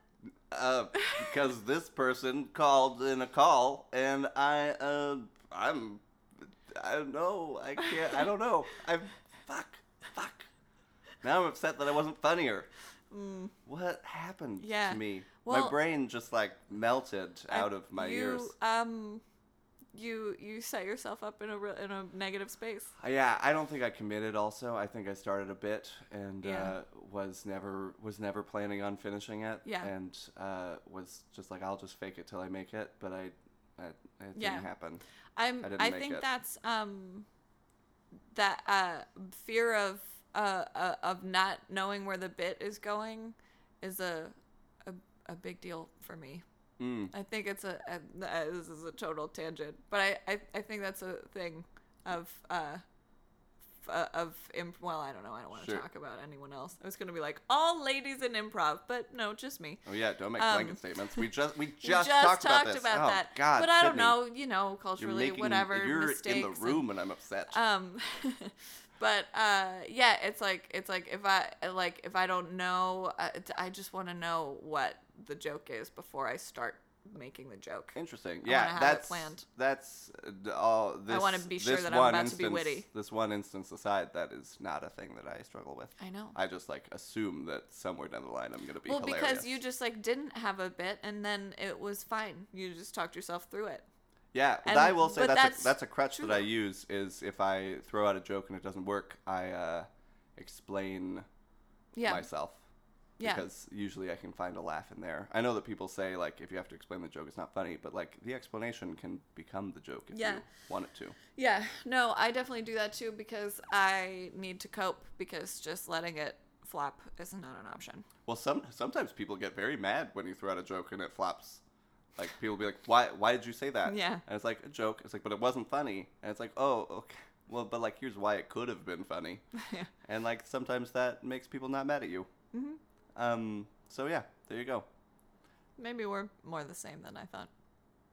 Speaker 3: Uh, because this person called in a call, and I, uh, I'm, I don't know. I can't. I don't know. I'm fuck, fuck. Now I'm upset that I wasn't funnier.
Speaker 2: Mm,
Speaker 3: What happened
Speaker 2: Yeah.
Speaker 3: to me? my
Speaker 2: Well-
Speaker 3: brain just like melted
Speaker 2: I-
Speaker 3: out of my
Speaker 2: you,
Speaker 3: ears.
Speaker 2: Um, you you set yourself up in a re- in a negative space.
Speaker 3: Uh, Yeah, I don't think I committed. Also, I think I started a bit and
Speaker 2: Yeah.
Speaker 3: uh, was never was never planning on finishing it.
Speaker 2: Yeah.
Speaker 3: and uh, was just like, I'll just fake it till I make it. But I, I it didn't
Speaker 2: Yeah.
Speaker 3: happen.
Speaker 2: I'm.
Speaker 3: I didn't
Speaker 2: I,
Speaker 3: make
Speaker 2: think
Speaker 3: it.
Speaker 2: that's um, that uh, fear of uh, uh of not knowing where the bit is going is a a, a big deal for me.
Speaker 3: Mm.
Speaker 2: I think it's a, a, uh this is a total tangent, but I, I, I think that's a thing of uh f- uh, of imp- well I don't know I don't want to
Speaker 3: Sure.
Speaker 2: talk about anyone else. I was gonna be like all ladies in improv, but no, just me.
Speaker 3: Oh yeah, don't make
Speaker 2: Um,
Speaker 3: blanket statements. We just we
Speaker 2: (laughs) We
Speaker 3: just, talked, about this. oh
Speaker 2: that.
Speaker 3: God,
Speaker 2: but I don't
Speaker 3: Sydney,
Speaker 2: know, you know,
Speaker 3: You're
Speaker 2: culturally,
Speaker 3: making
Speaker 2: whatever
Speaker 3: you're
Speaker 2: mistakes.
Speaker 3: in the
Speaker 2: and-
Speaker 3: room, and I'm upset.
Speaker 2: um, (laughs) but uh, yeah, it's like it's like if I like if I don't know, uh, it's- I just want to know what the joke is before I start making the joke.
Speaker 3: Interesting.
Speaker 2: I wanna
Speaker 3: Yeah,
Speaker 2: have it
Speaker 3: that's
Speaker 2: planned.
Speaker 3: That's uh, d- all. This,
Speaker 2: wanna be sure
Speaker 3: this
Speaker 2: that I'm
Speaker 3: one
Speaker 2: about to be
Speaker 3: instance-
Speaker 2: witty.
Speaker 3: This one instance aside, that is not a thing that I struggle with.
Speaker 2: I know.
Speaker 3: I just like assume that somewhere down the line I'm gonna be
Speaker 2: well,
Speaker 3: hilarious.
Speaker 2: because you just like didn't have a bit, and then it was fine. You just talked yourself through it.
Speaker 3: yeah.
Speaker 2: and-
Speaker 3: But I will say
Speaker 2: but
Speaker 3: that's
Speaker 2: that's
Speaker 3: a, that's a crutch
Speaker 2: true,
Speaker 3: that I
Speaker 2: though.
Speaker 3: use is if I throw out a joke and it doesn't work, I uh, explain
Speaker 2: Yeah,
Speaker 3: myself.
Speaker 2: yeah,
Speaker 3: Because usually I can find a laugh in there. I know that people say like if you have to explain the joke, it's not funny, but like the explanation can become the joke if
Speaker 2: Yeah.
Speaker 3: you want it to.
Speaker 2: yeah. No, I definitely do that too because I need to cope because just letting it flop is not an option. (laughs)
Speaker 3: Well, some sometimes people get very mad when you throw out a joke and it flops. Like people be like, "Why? Why did you say that?"
Speaker 2: Yeah.
Speaker 3: and it's like a joke. It's like, but it wasn't funny. And it's like, oh, okay. Well, but like, here's why it could have been funny.
Speaker 2: yeah.
Speaker 3: And like, sometimes that makes people not mad at you.
Speaker 2: Mhm.
Speaker 3: Um. So yeah, there you go.
Speaker 2: Maybe we're more the same than I thought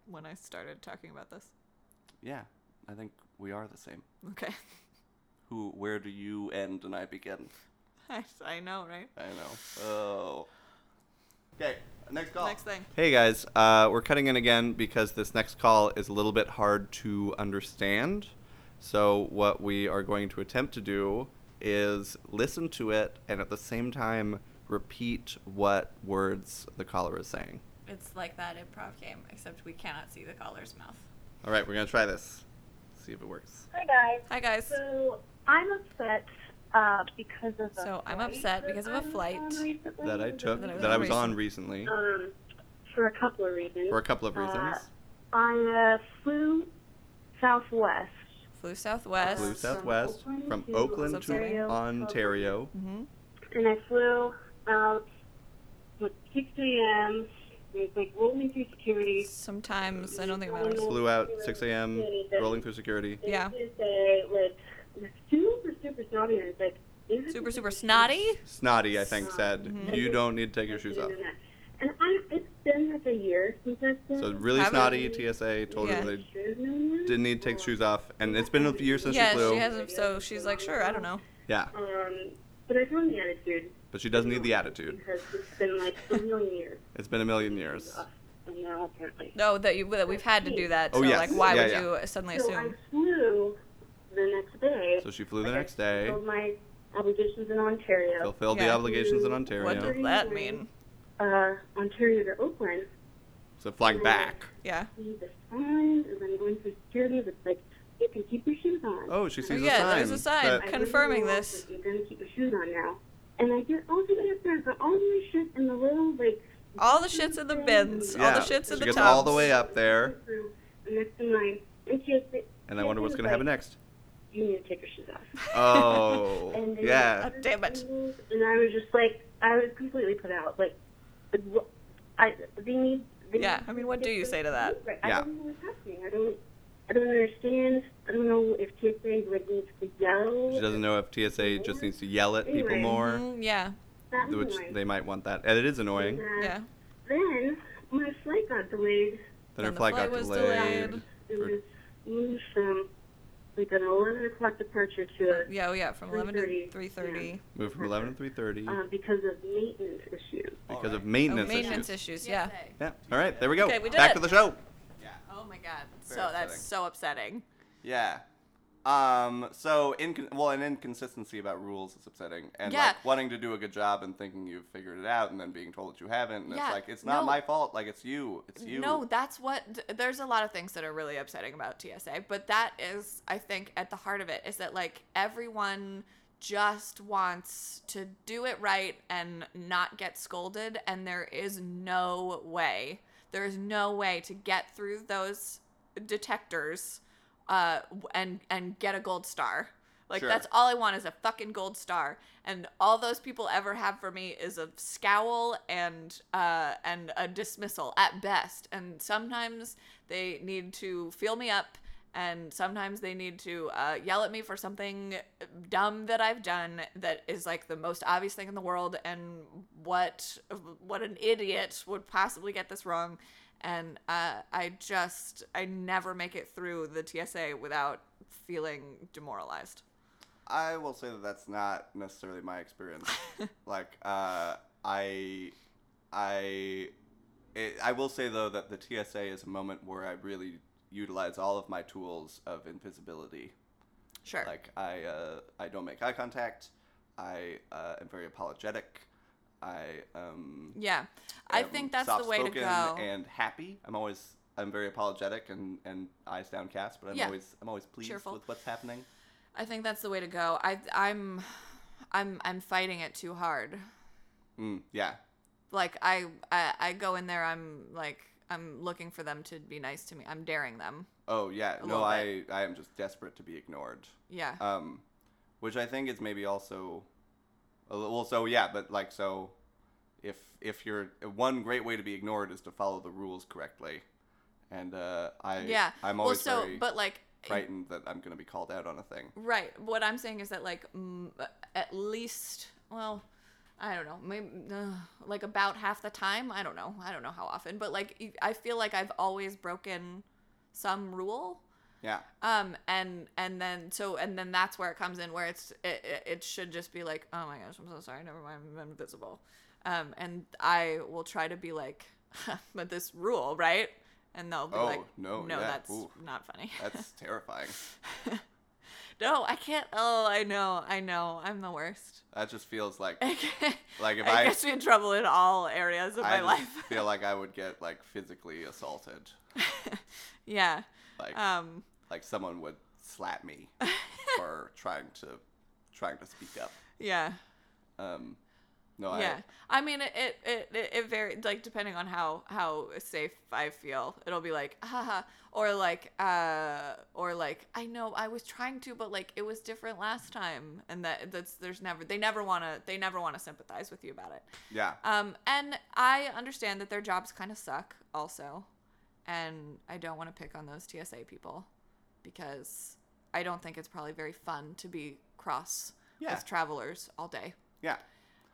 Speaker 2: when I started talking about this.
Speaker 3: Yeah, I think we are the same.
Speaker 2: Okay.
Speaker 3: Who? Where do you end and I begin?
Speaker 2: I, (laughs) I know, right?
Speaker 3: I know. Oh. Okay. Next call.
Speaker 2: Next thing.
Speaker 1: Hey guys, uh, we're cutting in again because this next call is a little bit hard to understand. So, what we are going to attempt to do is listen to it and at the same time repeat what words the caller is saying.
Speaker 2: It's like that improv game, except we cannot see the caller's mouth.
Speaker 1: All right, we're going to try this. See if it works.
Speaker 4: Hi guys.
Speaker 2: Hi, guys.
Speaker 4: So I'm upset uh, because of a
Speaker 2: So I'm
Speaker 4: flight
Speaker 2: upset because
Speaker 4: that
Speaker 2: of a
Speaker 4: I was
Speaker 2: flight
Speaker 4: on recently.
Speaker 1: That I took,
Speaker 2: That I was
Speaker 1: that I
Speaker 2: on
Speaker 1: was on recently
Speaker 4: um, for a couple of reasons.
Speaker 1: for a couple of reasons.
Speaker 4: I uh, flew Southwest.
Speaker 2: Flew Southwest.
Speaker 1: Flew Southwest from
Speaker 4: Oakland to
Speaker 1: Oakland to
Speaker 2: Ontario.
Speaker 1: Ontario.
Speaker 2: Mm-hmm.
Speaker 4: and I flew out at 6 a.m. It was like rolling through security.
Speaker 2: Sometimes I don't think it matters.
Speaker 1: Flew out 6 a.m., rolling through security.
Speaker 2: Yeah.
Speaker 4: It was just, uh, like it was super super snotty. and I was like, this is-
Speaker 2: Super, super snotty.
Speaker 4: (laughs)
Speaker 1: Snotty, I think, said,
Speaker 2: Mhm.
Speaker 1: You don't need to take your shoes off.
Speaker 4: And I, it's been like a year since I've been.
Speaker 1: So, really
Speaker 2: Have
Speaker 1: snotty, TSA told
Speaker 2: Yeah.
Speaker 1: her they didn't need to take shoes off, and it's been a year since
Speaker 2: yeah,
Speaker 1: she flew.
Speaker 2: she hasn't. So she's like, sure, I don't know.
Speaker 1: yeah,
Speaker 4: Um, but I found the attitude
Speaker 1: but she doesn't need the attitude.
Speaker 4: because it's been like a million years.
Speaker 1: It's been a million years.
Speaker 4: And now apparently.
Speaker 2: No, that you that we've had to do that. So
Speaker 1: Oh, yes.
Speaker 2: like, why
Speaker 1: Yeah,
Speaker 2: would
Speaker 1: yeah.
Speaker 2: you suddenly
Speaker 4: So I
Speaker 2: assume?
Speaker 4: flew the next day.
Speaker 1: So she flew the
Speaker 4: Like, I
Speaker 1: next day,
Speaker 4: fulfilled my obligations in Ontario.
Speaker 1: fulfilled the
Speaker 2: Yeah.
Speaker 1: obligations in
Speaker 2: What
Speaker 1: Ontario.
Speaker 2: does that mean?
Speaker 4: Uh, Ontario to Oakland.
Speaker 1: So, flying back.
Speaker 2: Yeah.
Speaker 4: See the sign, and I'm going through security that's like, you can keep your shoes on.
Speaker 1: Oh, she sees
Speaker 2: yeah,
Speaker 1: a sign.
Speaker 2: there's a sign.
Speaker 1: that-
Speaker 4: I
Speaker 2: confirming
Speaker 4: really
Speaker 2: this.
Speaker 4: want that You're gonna keep your shoes on now. And I get all the way up there, I got all my shit in the little like.
Speaker 2: All the shits in the bins.
Speaker 1: yeah.
Speaker 2: All the shits in
Speaker 1: she
Speaker 2: the
Speaker 1: gets
Speaker 2: tubs.
Speaker 1: all
Speaker 2: (laughs)
Speaker 1: the way up there,
Speaker 4: through, And that's in line. And she has to-
Speaker 1: and I wonder what's going to happen next.
Speaker 4: You need to take your shoes off.
Speaker 1: Oh,
Speaker 2: (laughs)
Speaker 4: And they-
Speaker 1: yeah.
Speaker 2: Damn it.
Speaker 4: And I was just like, I was completely put out. Like, wh- I they need. They
Speaker 2: Yeah,
Speaker 4: need
Speaker 2: I mean,
Speaker 4: to
Speaker 2: what do
Speaker 4: get
Speaker 2: you
Speaker 4: them
Speaker 2: say to that?
Speaker 4: over it.
Speaker 1: Yeah.
Speaker 4: I don't know what's happening. I don't.
Speaker 7: I don't understand. I don't know if TSA would need to yell.
Speaker 1: She doesn't know if TSA just needs to yell at people
Speaker 7: Anyway.
Speaker 1: more,
Speaker 2: Mm, yeah.
Speaker 7: That was
Speaker 1: which
Speaker 7: annoying.
Speaker 1: they might want that. And it is annoying.
Speaker 7: Uh,
Speaker 2: Yeah.
Speaker 7: Then my flight got delayed.
Speaker 1: Then her
Speaker 2: And the
Speaker 1: flight got
Speaker 2: flight was
Speaker 1: delayed.
Speaker 2: delayed.
Speaker 7: It
Speaker 1: For-
Speaker 7: was moved from like an 11 o'clock departure to a,
Speaker 2: Yeah, oh, yeah, from 11 to
Speaker 7: 3:30,
Speaker 2: 3:30
Speaker 1: Moved from 11 to 3:30
Speaker 7: uh, because of maintenance issues.
Speaker 1: because of
Speaker 2: Uh-huh. Oh,
Speaker 1: maintenance,
Speaker 2: maintenance
Speaker 1: issues.
Speaker 2: issues, yeah.
Speaker 1: Yeah. All right, there we go.
Speaker 2: Okay, we did
Speaker 1: Back
Speaker 2: it.
Speaker 1: to the show.
Speaker 2: Oh my god. So
Speaker 3: Very
Speaker 2: that's
Speaker 3: upsetting.
Speaker 2: so upsetting.
Speaker 3: Yeah. Um. So in well, an inconsistency about rules is upsetting, and
Speaker 2: Yeah.
Speaker 3: like wanting to do a good job and thinking you've figured it out, and then being told that you haven't, and
Speaker 2: Yeah,
Speaker 3: it's like it's not
Speaker 2: no.
Speaker 3: my fault. Like it's you. It's you.
Speaker 2: No, that's what th- there's a lot of things that are really upsetting about TSA, but that is I think at the heart of it is that like everyone just wants to do it right and not get scolded and there is no way. There is no way to get through those detectors uh w- and and get a gold star. Like
Speaker 3: Sure.
Speaker 2: that's all I want is a fucking gold star, and all those people ever have for me is a scowl and uh, and a dismissal at best. And sometimes they need to feel me up, and sometimes they need to uh, yell at me for something dumb that I've done that is like the most obvious thing in the world, and what what an idiot would possibly get this wrong. And uh, I just I never make it through the TSA without feeling demoralized.
Speaker 3: I will say that that's not necessarily my
Speaker 2: (laughs)
Speaker 3: experience. like, uh, I, I, it, I will say though that the TSA is a moment where I really utilize all of my tools of invisibility.
Speaker 2: Sure.
Speaker 3: Like, I, uh, I don't make eye contact. I uh, am very apologetic. I um.
Speaker 2: Yeah, I
Speaker 3: am
Speaker 2: think that's the way to
Speaker 3: soft-spoken
Speaker 2: go.
Speaker 3: And happy. I'm always. I'm very apologetic and, and eyes downcast, but I'm
Speaker 2: Yeah.
Speaker 3: always I'm always pleased
Speaker 2: Cheerful.
Speaker 3: with what's happening.
Speaker 2: I think that's the way to go. I I'm I'm I'm fighting it too hard.
Speaker 3: Mm, yeah,
Speaker 2: Like I I, I go in there. I'm like I'm looking for them to be nice to me. I'm daring them.
Speaker 3: Oh yeah,
Speaker 2: a
Speaker 3: no,
Speaker 2: little
Speaker 3: I I am just desperate to be ignored.
Speaker 2: Yeah.
Speaker 3: Um, which I think is maybe also, a li- well, so yeah, but like so, if if you're one great way to be ignored is to follow the rules correctly, and uh, I
Speaker 2: yeah.
Speaker 3: I'm always
Speaker 2: well, so
Speaker 3: very
Speaker 2: but like
Speaker 3: frightened that I'm gonna be called out on a thing.
Speaker 2: Right. What I'm saying is that like m- at least well, I don't know, maybe uh, like about half the time. I don't know. I don't know how often, but like y- I feel like I've always broken some rule.
Speaker 3: Yeah,
Speaker 2: Um and and then so and then that's where it comes in where it's it, it, it should just be like oh my gosh I'm so sorry never mind I'm invisible, um and I will try to be like (laughs) but this rule right and they'll be
Speaker 3: Oh,
Speaker 2: like
Speaker 3: no, yeah,
Speaker 2: that's
Speaker 3: oof.
Speaker 2: not funny (laughs)
Speaker 3: that's terrifying.
Speaker 2: no, I can't. Oh, I know, I know. I'm the worst. (laughs)
Speaker 3: That just feels like
Speaker 2: I
Speaker 3: like if I.
Speaker 2: gets me in trouble in all areas of
Speaker 3: I
Speaker 2: my
Speaker 3: just
Speaker 2: life. (laughs)
Speaker 3: feel like I would get like physically assaulted,
Speaker 2: yeah.
Speaker 3: like
Speaker 2: Um.
Speaker 3: like someone would slap
Speaker 2: (laughs)
Speaker 3: me for trying to trying to speak up.
Speaker 2: Yeah.
Speaker 3: Um, no,
Speaker 2: yeah. I mean, it it it, it, it varies. Like depending on how how safe I feel, it'll be like haha, or like uh, or like I know I was trying to, but like it was different last time, and that that's there's never they never wanna they never wanna sympathize with you about it.
Speaker 3: I yeah,
Speaker 2: Um, and I understand that their jobs kind of suck, also, and I don't want to pick on those TSA people because I don't think it's probably very fun to be cross
Speaker 3: Yeah.
Speaker 2: with travelers all day.
Speaker 3: yeah.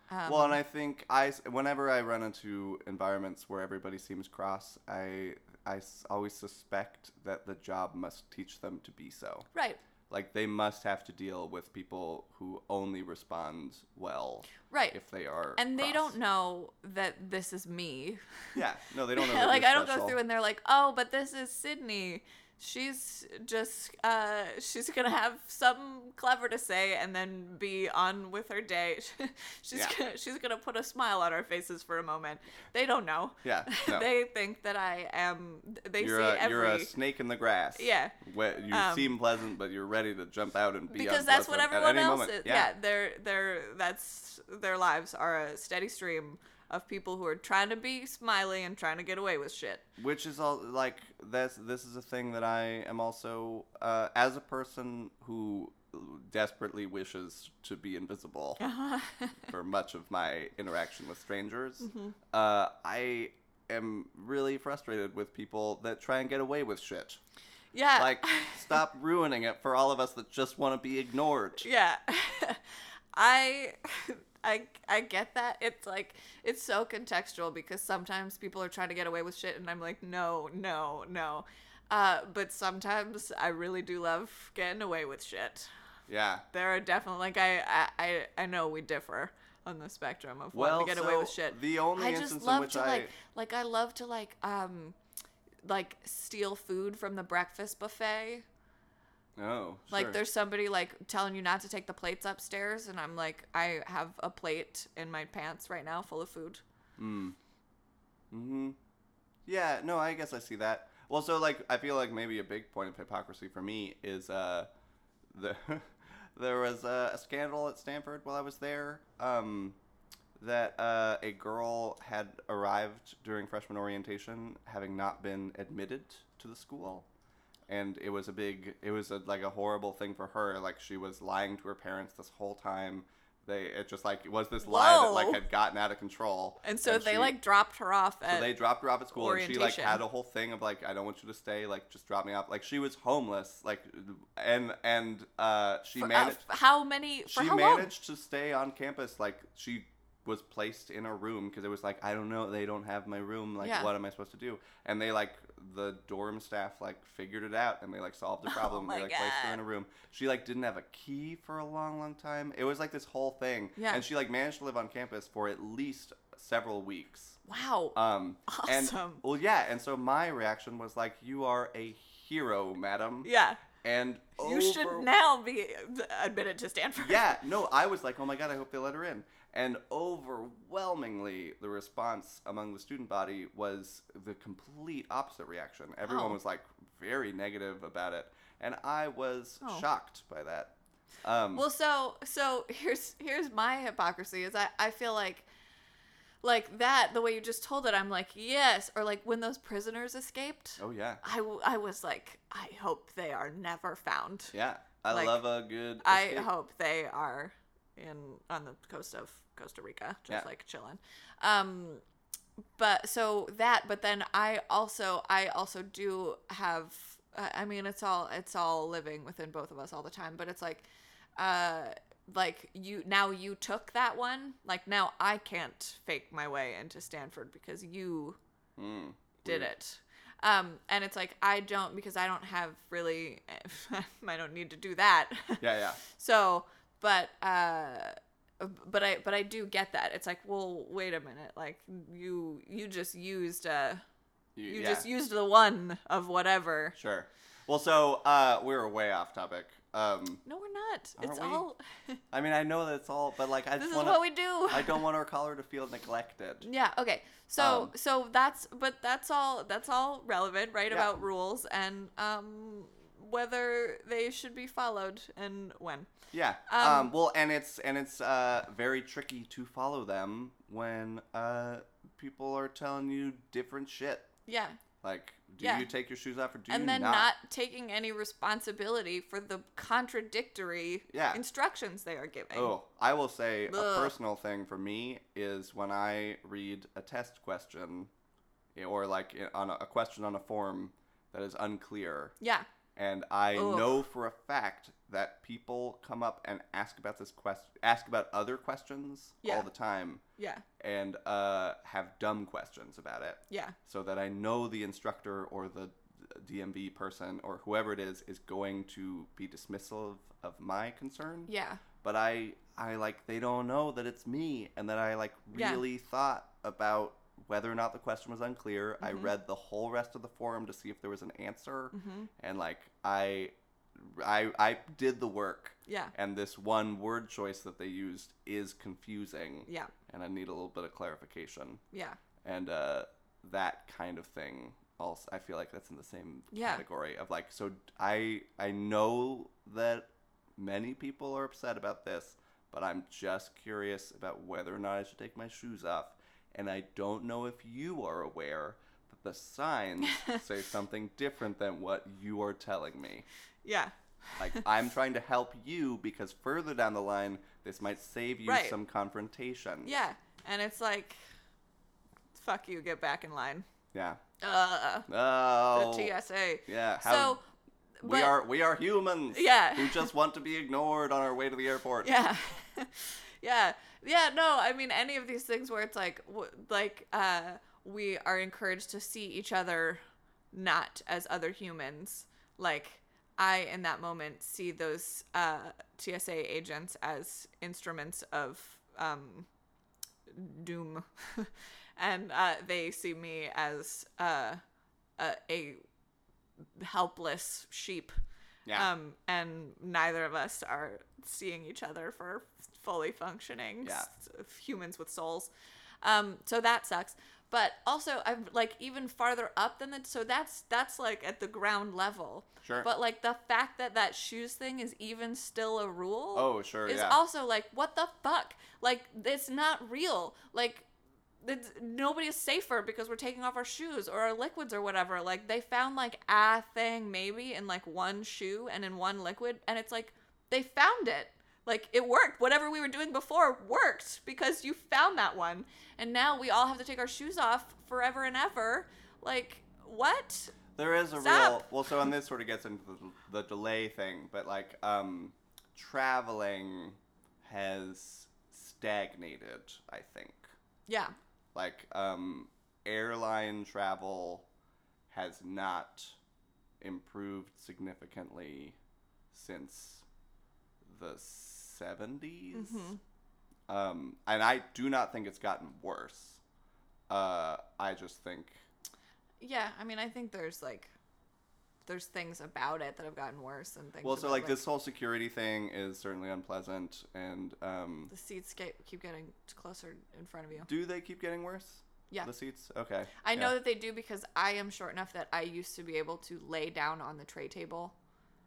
Speaker 2: Um,
Speaker 3: well, and I think I s- whenever I run into environments where everybody seems cross, I I s- always suspect that the job must teach them to be so.
Speaker 2: right,
Speaker 3: Like they must have to deal with people who only respond well
Speaker 2: right,
Speaker 3: if they are.
Speaker 2: and they
Speaker 3: cross.
Speaker 2: don't know that this is me.
Speaker 3: Yeah, no,
Speaker 2: (laughs)
Speaker 3: they don't know. that
Speaker 2: like
Speaker 3: you're
Speaker 2: I don't go
Speaker 3: special.
Speaker 2: through and they're like, oh, but this is Sydney. She's just uh, she's gonna have something clever to say and then be on with her day. (laughs) she's
Speaker 3: Yeah.
Speaker 2: gonna, she's gonna put a smile on our faces for a moment. They don't know. (laughs)
Speaker 3: Yeah, no.
Speaker 2: they think that I am. They
Speaker 3: you're
Speaker 2: see
Speaker 3: a,
Speaker 2: every
Speaker 3: you're a snake in the grass.
Speaker 2: Yeah.
Speaker 3: Wh- you
Speaker 2: Um,
Speaker 3: seem pleasant, but you're ready to jump out and be
Speaker 2: because that's what
Speaker 3: unpleasant at
Speaker 2: everyone
Speaker 3: any
Speaker 2: else
Speaker 3: moment.
Speaker 2: is. Yeah. their their that's their lives are a steady stream of people who are trying to be smiley and trying to get away with shit.
Speaker 3: which is all like this this is a thing that i am also uh, as a person who desperately wishes to be invisible
Speaker 2: Uh-huh.
Speaker 3: for much of my interaction with strangers
Speaker 2: Mm-hmm.
Speaker 3: uh, i am really frustrated with people that try and get away with shit
Speaker 2: (laughs) Yeah.
Speaker 3: Like, stop ruining it for all of us that just want to be ignored.
Speaker 2: (laughs) yeah (laughs) i (laughs) i i get that it's like it's so contextual because sometimes people are trying to get away with shit and i'm like no no no uh, but sometimes i really do love getting away with shit
Speaker 3: Yeah.
Speaker 2: there are definitely like i i i, I know we differ on the spectrum of wanting
Speaker 3: Well,
Speaker 2: to get away with
Speaker 3: so
Speaker 2: shit
Speaker 3: The only
Speaker 2: I
Speaker 3: instance
Speaker 2: just love
Speaker 3: in which
Speaker 2: to
Speaker 3: I
Speaker 2: like like I love to like um like steal food from the breakfast buffet.
Speaker 3: oh
Speaker 2: Like
Speaker 3: sure.
Speaker 2: there's somebody like telling you not to take the plates upstairs and I'm like I have a plate in my pants right now full of food.
Speaker 3: Mm. Hmm. Yeah. No, I guess I see that. Well, so like I feel like maybe a big point of hypocrisy for me is uh, the (laughs) there was a, a scandal at Stanford while I was there. Um, that uh, a girl had arrived during freshman orientation, having not been admitted to the school, and it was a big, it was a, like a horrible thing for her. Like she was lying to her parents this whole time. They it just like it was this lie that like
Speaker 2: Whoa.
Speaker 3: had gotten out of control.
Speaker 2: And so they
Speaker 3: she-
Speaker 2: like dropped her off at
Speaker 3: so they dropped her off at school, and she like
Speaker 2: Uh, orientation.
Speaker 3: had a whole thing of like, I don't want you to stay, like just drop me off. Like she was homeless, like and and uh, she
Speaker 2: for- uh,
Speaker 3: managed
Speaker 2: f- how many for
Speaker 3: she
Speaker 2: how
Speaker 3: managed to stay on campus. Like she was placed in a room because it was like I don't know, they don't have my room. Like
Speaker 2: Yeah.
Speaker 3: what am I supposed to do? And they like the dorm staff like figured it out and they like solved
Speaker 2: (laughs)
Speaker 3: the problem.
Speaker 2: Oh my
Speaker 3: they like placed her
Speaker 2: God.
Speaker 3: in a room. She like didn't have a key for a long, long time. It was like this whole thing.
Speaker 2: Yeah.
Speaker 3: And she like managed to live on campus for at least several weeks.
Speaker 2: long? Wow.
Speaker 3: Um, And,
Speaker 2: Awesome.
Speaker 3: well, yeah, and so my reaction was like, "You are a hero, madam."
Speaker 2: yeah.
Speaker 3: And
Speaker 2: You
Speaker 3: over-
Speaker 2: should now be admitted to Stanford.
Speaker 3: Yeah, no, I was like, "Oh my god, I hope they let her in." And overwhelmingly, the response among the student body was the complete opposite reaction. Everyone
Speaker 2: Oh.
Speaker 3: was like very negative about it, and I was
Speaker 2: Oh.
Speaker 3: shocked by that. Um,
Speaker 2: (laughs) Well, so so here's here's my hypocrisy is I I feel like like that the way you just told it I'm like yes or like when those prisoners escaped
Speaker 3: oh yeah,
Speaker 2: I w- I was like I hope they are never found.
Speaker 3: yeah. I
Speaker 2: Like,
Speaker 3: love a good.
Speaker 2: I
Speaker 3: escape.
Speaker 2: hope they are in on the coast of Costa Rica just
Speaker 3: Yeah.
Speaker 2: like chilling. Um but so that but then I also I also do have I I mean it's all it's all living within both of us all the time but it's like uh like you now you took that one like now I can't fake my way into Stanford because you
Speaker 3: Mm.
Speaker 2: did
Speaker 3: Weird.
Speaker 2: it. Um, and it's like I don't because I don't have really (laughs) I don't need to do that.
Speaker 3: Yeah, yeah.
Speaker 2: So, but uh but I but I do get that. It's like, well, wait a minute. Like you you just used uh you
Speaker 3: yeah.
Speaker 2: just used the one of whatever.
Speaker 3: Sure. Well, so uh, we were way off topic. Um,
Speaker 2: No, we're not. it's
Speaker 3: Aren't we?
Speaker 2: all (laughs)
Speaker 3: I mean, I know that it's all, but like, I
Speaker 2: This
Speaker 3: just
Speaker 2: is
Speaker 3: want
Speaker 2: what
Speaker 3: to.
Speaker 2: we do.
Speaker 3: (laughs) I don't want our caller to feel neglected.
Speaker 2: (laughs) Yeah, okay. So
Speaker 3: Um,
Speaker 2: so that's but that's all that's all relevant, right?
Speaker 3: Yeah.
Speaker 2: About rules and um whether they should be followed and when.
Speaker 3: Yeah. Um,
Speaker 2: Um,
Speaker 3: well, and it's and it's uh, very tricky to follow them when uh, people are telling you different shit.
Speaker 2: Yeah.
Speaker 3: Like, do
Speaker 2: Yeah.
Speaker 3: you take your shoes off or do you
Speaker 2: and then
Speaker 3: not?
Speaker 2: not. taking any responsibility for the contradictory
Speaker 3: Yeah.
Speaker 2: instructions they are giving.
Speaker 3: Oh, I will say
Speaker 2: Ugh.
Speaker 3: a personal thing for me is when I read a test question, eh, or like on a, a question on a form that is unclear.
Speaker 2: Yeah.
Speaker 3: and I
Speaker 2: Ugh.
Speaker 3: know for a fact that people come up and ask about this quest, ask about other questions
Speaker 2: Yeah.
Speaker 3: all the time,
Speaker 2: Yeah.
Speaker 3: and uh, have dumb questions about it.
Speaker 2: Yeah.
Speaker 3: So that I know the instructor or the DMV person or whoever it is is going to be dismissive of my concern.
Speaker 2: Yeah.
Speaker 3: But I, I like they don't know that it's me, and that I like
Speaker 2: Yeah.
Speaker 3: really thought about whether or not the question was unclear. I
Speaker 2: Mhm.
Speaker 3: read the whole rest of the forum to see if there was an answer
Speaker 2: hmm
Speaker 3: and like I, I, I did the work,
Speaker 2: Yeah.
Speaker 3: and this one word choice that they used is confusing,
Speaker 2: Yeah.
Speaker 3: and I need a little bit of clarification,
Speaker 2: Yeah.
Speaker 3: and uh, that kind of thing. Also, I feel like that's in the same
Speaker 2: Yeah.
Speaker 3: category of like. So I, I know that many people are upset about this, but I'm just curious about whether or not I should take my shoes off, and I don't know if you are aware. that The signs
Speaker 2: (laughs)
Speaker 3: say something different than what you are telling me.
Speaker 2: Yeah.
Speaker 3: Like I'm trying to help you because further down the line this might save you
Speaker 2: Right.
Speaker 3: some confrontation.
Speaker 2: Yeah. And it's like fuck you, get back in line.
Speaker 3: Yeah.
Speaker 2: Uh
Speaker 3: Oh.
Speaker 2: the TSA.
Speaker 3: Yeah. How
Speaker 2: so
Speaker 3: we
Speaker 2: but-
Speaker 3: are we are humans.
Speaker 2: Yeah.
Speaker 3: Who just want to be ignored on our way to the airport.
Speaker 2: Yeah. (laughs) yeah. Yeah, no, I mean any of these things where it's like w- like uh we are encouraged to see each other not as other humans. Like I in that moment see those uh TSA agents as instruments of um doom. (laughs) and uh they see me as uh a, a helpless sheep
Speaker 3: Yeah.
Speaker 2: um, and neither of us are seeing each other for fully functioning
Speaker 3: Yeah.
Speaker 2: s- s- humans with souls. Um, so that sucks. But also, I'm like even farther up than that. So that's that's like at the ground level.
Speaker 3: Sure.
Speaker 2: But like the fact that that shoes thing is even still a rule.
Speaker 3: oh sure.
Speaker 2: Is
Speaker 3: yeah.
Speaker 2: also like what the fuck? Like it's not real. Like it's, nobody is safer because we're taking off our shoes or our liquids or whatever. Like they found like a thing maybe in like one shoe and in one liquid, and it's like they found it. Like it worked. Whatever we were doing before worked because you found that one, and now we all have to take our shoes off forever and ever. Like what?
Speaker 3: There is a
Speaker 2: Stop.
Speaker 3: real well. So, and this sort of gets into the, the delay thing, but like um, traveling has stagnated. I think
Speaker 2: Yeah.
Speaker 3: like um, airline travel has not improved significantly since the 70s
Speaker 2: Mhm.
Speaker 3: Um, and I do not think it's gotten worse. Uh, I just think
Speaker 2: Yeah. I mean, I think there's like. There's things about it that have gotten worse and things.
Speaker 3: Well, so
Speaker 2: about,
Speaker 3: like this whole security thing is certainly unpleasant, and um,
Speaker 2: The seats get, keep getting closer in front of you.
Speaker 3: do they keep getting worse?
Speaker 2: Yeah.
Speaker 3: the seats. Okay,
Speaker 2: I know
Speaker 3: Yeah.
Speaker 2: that they do because I am short enough that I used to be able to lay down on the tray table,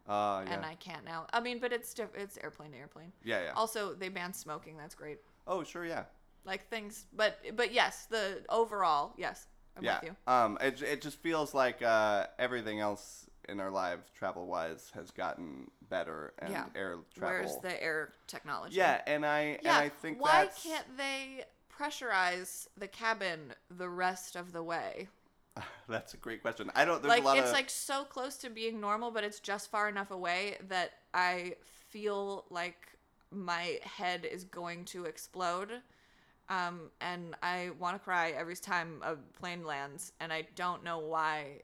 Speaker 3: Uh, yeah.
Speaker 2: and I can't now. I mean, but it's diff- it's airplane to airplane.
Speaker 3: yeah, yeah.
Speaker 2: Also, they banned smoking. That's great.
Speaker 3: oh, sure, yeah,
Speaker 2: Like things, but but yes, the overall yes, I'm
Speaker 3: yeah.
Speaker 2: with you.
Speaker 3: Um, it j- it just feels like uh, everything else in our lives, travel wise, has gotten better, and
Speaker 2: Yeah.
Speaker 3: air travel.
Speaker 2: Where's the air technology?
Speaker 3: yeah, and I
Speaker 2: yeah.
Speaker 3: and I think
Speaker 2: why
Speaker 3: that's,
Speaker 2: can't they pressurize the cabin the rest of the way?
Speaker 3: (laughs) that's a great question. I don't. There's
Speaker 2: like
Speaker 3: a lot
Speaker 2: it's
Speaker 3: of
Speaker 2: like so close to being normal but it's just far enough away that i feel like my head is going to explode um, and i want to cry every time a plane lands and i don't know why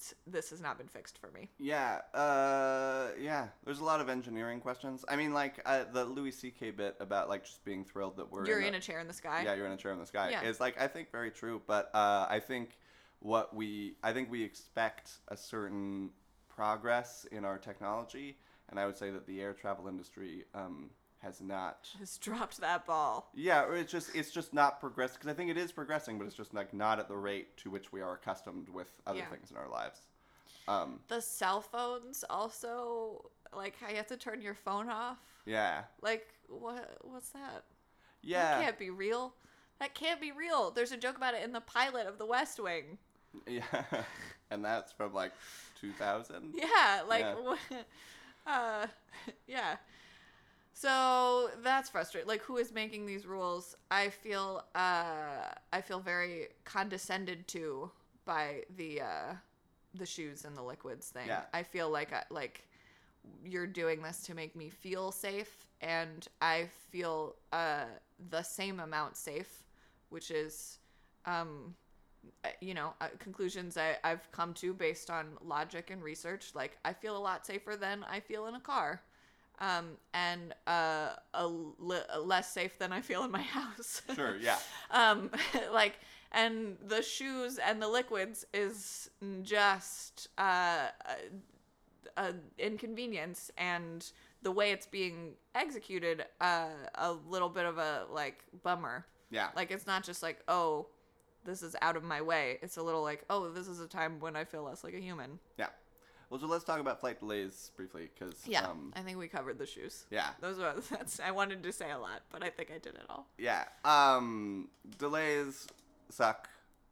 Speaker 2: s- this has not been fixed for me
Speaker 3: Yeah, uh, yeah. There's a lot of engineering questions. I mean, like uh, the Louis C.K. bit about like just being thrilled that we're
Speaker 2: you're
Speaker 3: in
Speaker 2: in a chair in the sky (laughs)
Speaker 3: yeah, you're in a chair in the sky.
Speaker 2: Yeah.
Speaker 3: It's like I think very true, but uh, I think what we I think we expect a certain progress in our technology, and I would say that the air travel industry um, has not.
Speaker 2: has dropped that ball
Speaker 3: Yeah, or it's just it's just not progressed because I think it is progressing, but it's just like not at the rate to which we are accustomed with other
Speaker 2: Yeah.
Speaker 3: things in our lives. Um,
Speaker 2: the cell phones also like how you have to turn your phone off
Speaker 3: yeah,
Speaker 2: like what what's that That
Speaker 3: yeah,
Speaker 2: can't be real. That can't be real. There's a joke about it in the pilot of The West Wing. (laughs)
Speaker 3: yeah, (laughs) and that's from like 2000.
Speaker 2: Yeah, like,
Speaker 3: Yeah.
Speaker 2: what- (laughs) uh, (laughs) yeah. So that's frustrating. Like, who is making these rules? I feel, uh, I feel very condescended to by the uh, the shoes and the liquids thing.
Speaker 3: Yeah.
Speaker 2: I feel like I, like you're doing this to make me feel safe, and I feel uh, the same amount safe, which is um, uh, you know uh, conclusions I, i've come to based on logic and research like i feel a lot safer than i feel in a car um, and uh, a l- less safe than i feel in my (laughs) house
Speaker 3: Sure, yeah.
Speaker 2: um, (laughs) like and the shoes and the liquids is just uh, a, a inconvenience and the way it's being executed uh, a little bit of a like bummer
Speaker 3: Yeah.
Speaker 2: like it's not just like, oh, this is out of my way. It's a little like, oh, this is a time when I feel less like a human.
Speaker 3: Yeah. Well, so let's talk about flight delays briefly, because
Speaker 2: Yeah.
Speaker 3: um,
Speaker 2: I think we covered the shoes.
Speaker 3: yeah,
Speaker 2: Those were (laughs) that's I wanted to say a lot, but I think I did it all.
Speaker 3: yeah. Um, delays suck,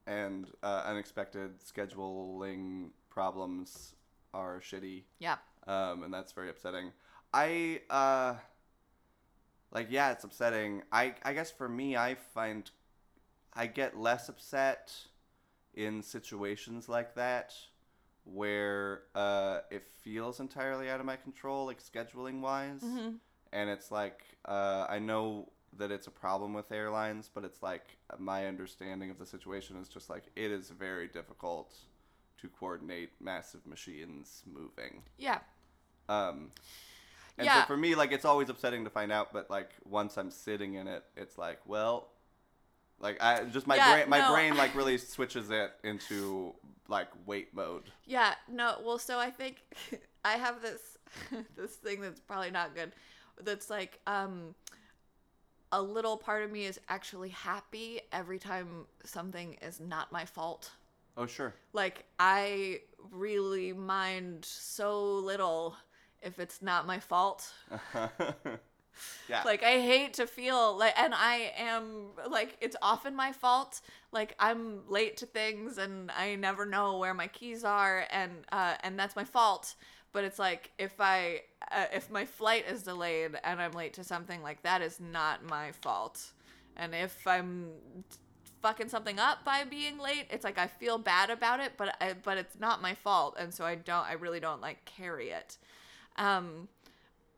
Speaker 3: and uh, unexpected scheduling problems are shitty,
Speaker 2: Yeah.
Speaker 3: um, and that's very upsetting. I uh, like yeah, it's upsetting. I I guess for me, I find I get less upset in situations like that where uh, it feels entirely out of my control, like scheduling wise.
Speaker 2: Mm-hmm.
Speaker 3: And it's like, uh, I know that it's a problem with airlines, but it's like my understanding of the situation is just like it is very difficult to coordinate massive machines moving.
Speaker 2: Yeah.
Speaker 3: Um, and
Speaker 2: Yeah.
Speaker 3: so for me, like it's always upsetting to find out, but like once I'm sitting in it, it's like, well, like I just my
Speaker 2: Yeah,
Speaker 3: brain, my
Speaker 2: no.
Speaker 3: brain
Speaker 2: (laughs)
Speaker 3: like really switches it into like wait mode.
Speaker 2: Yeah, no, well, so I think (laughs) I have this (laughs) this thing that's probably not good. That's like um a little part of me is actually happy every time something is not my fault.
Speaker 3: Oh sure. (laughs)
Speaker 2: Like I really mind so little if it's not my fault.
Speaker 3: yeah.
Speaker 2: Like I hate to feel like and I am like it's often my fault. Like I'm late to things and I never know where my keys are and uh and that's my fault. But it's like if I uh, if my flight is delayed and I'm late to something like that is not my fault. And if I'm fucking something up by being late, it's like I feel bad about it, but I, but it's not my fault and so I don't I really don't like carry it. Um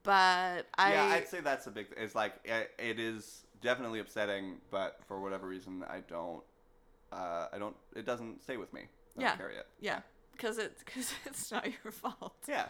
Speaker 2: but I
Speaker 3: yeah, I'd say that's a big. It's like it, it is definitely upsetting, but for whatever reason, I don't. Uh, I don't. It doesn't stay with me. I don't
Speaker 2: Yeah.
Speaker 3: Carry it.
Speaker 2: Yeah, because it's because (laughs) it's not your fault.
Speaker 3: Yeah.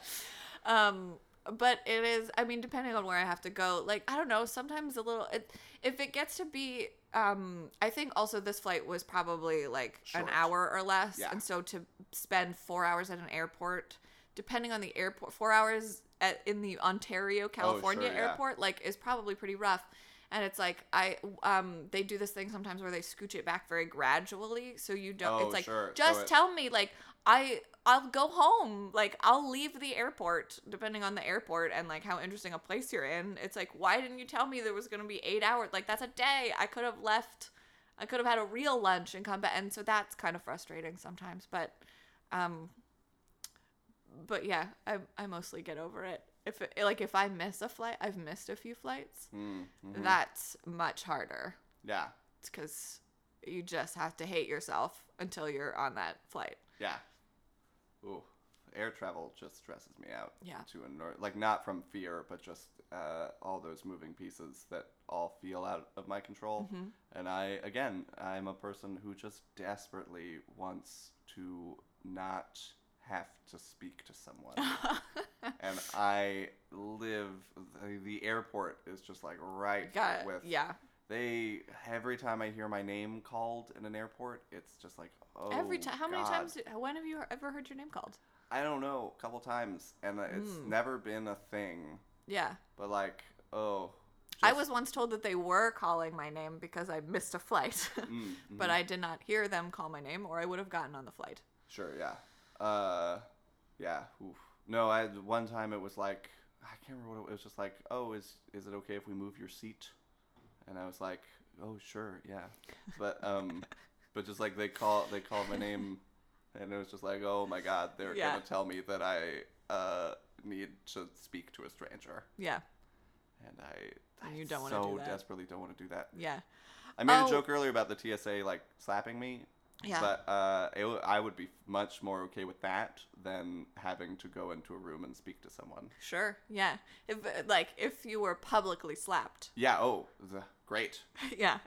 Speaker 2: Um, but it is. I mean, depending on where I have to go, like I don't know. Sometimes a little. It, if it gets to be, um, I think also this flight was probably like
Speaker 3: Short.
Speaker 2: an hour or less,
Speaker 3: Yeah.
Speaker 2: and so to spend four hours at an airport, depending on the airport, four hours at in the Ontario, California
Speaker 3: Oh, sure, yeah.
Speaker 2: airport, like is probably pretty rough. And it's like I um they do this thing sometimes where they scooch it back very gradually, so you don't.
Speaker 3: Oh,
Speaker 2: it's like
Speaker 3: sure. So
Speaker 2: just
Speaker 3: it-
Speaker 2: tell me like I I'll go home. Like I'll leave the airport depending on the airport and like how interesting a place you're in. It's like why didn't you tell me there was going to be 8 hours? Like that's a day. I could have left I could have had a real lunch and come back. And so that's kind of frustrating sometimes, but um but yeah, I I mostly get over it. If it, like if I miss a flight, I've missed a few flights.
Speaker 3: Mm, mhm.
Speaker 2: That's much harder.
Speaker 3: Yeah.
Speaker 2: It's cuz you just have to hate yourself until you're on that flight.
Speaker 3: Yeah. Ooh, air travel just stresses me out.
Speaker 2: Yeah.
Speaker 3: To annoy, like not from fear, but just uh, all those moving pieces that all feel out of my
Speaker 2: Mm-hmm.
Speaker 3: control. And I, again, I'm a person who just desperately wants to not have to speak to
Speaker 2: (laughs)
Speaker 3: someone. and I live the, the airport is just like right
Speaker 2: Got
Speaker 3: with
Speaker 2: yeah.
Speaker 3: They every time I hear my name called in an airport, it's just like oh.
Speaker 2: Every time, how many
Speaker 3: God.
Speaker 2: times? When have you ever heard your name called?
Speaker 3: I don't know, a couple times, and it's
Speaker 2: Mm.
Speaker 3: never been a thing.
Speaker 2: Yeah,
Speaker 3: But like, oh,
Speaker 2: I
Speaker 3: just- (laughs)
Speaker 2: was once told that they were calling my name because I missed a flight, (laughs)
Speaker 3: Mm,
Speaker 2: but
Speaker 3: mhm.
Speaker 2: I did not hear them call my name, or I would have gotten on the flight.
Speaker 3: sure, yeah, uh, yeah. Oof. No, I one time it was like I can't remember what it was. Just like, oh, is is it okay if we move your seat? And I was like, oh, sure, yeah.
Speaker 2: (laughs)
Speaker 3: But um, but just like they call they called my name, and it was just like, oh my God, they're
Speaker 2: Yeah.
Speaker 3: gonna tell me that I uh need to speak to a stranger,
Speaker 2: Yeah,
Speaker 3: and I.
Speaker 2: And
Speaker 3: I
Speaker 2: you don't wanna
Speaker 3: so
Speaker 2: do that.
Speaker 3: desperately don't want to do that.
Speaker 2: yeah,
Speaker 3: I made
Speaker 2: Oh.
Speaker 3: a joke earlier about the TSA like slapping me.
Speaker 2: Yeah.
Speaker 3: But uh, it, w- I would be much more okay with that than having to go into a room and speak to someone.
Speaker 2: sure, yeah. If like if you were publicly slapped, (laughs)
Speaker 3: Yeah. Oh, the, great.
Speaker 2: yeah,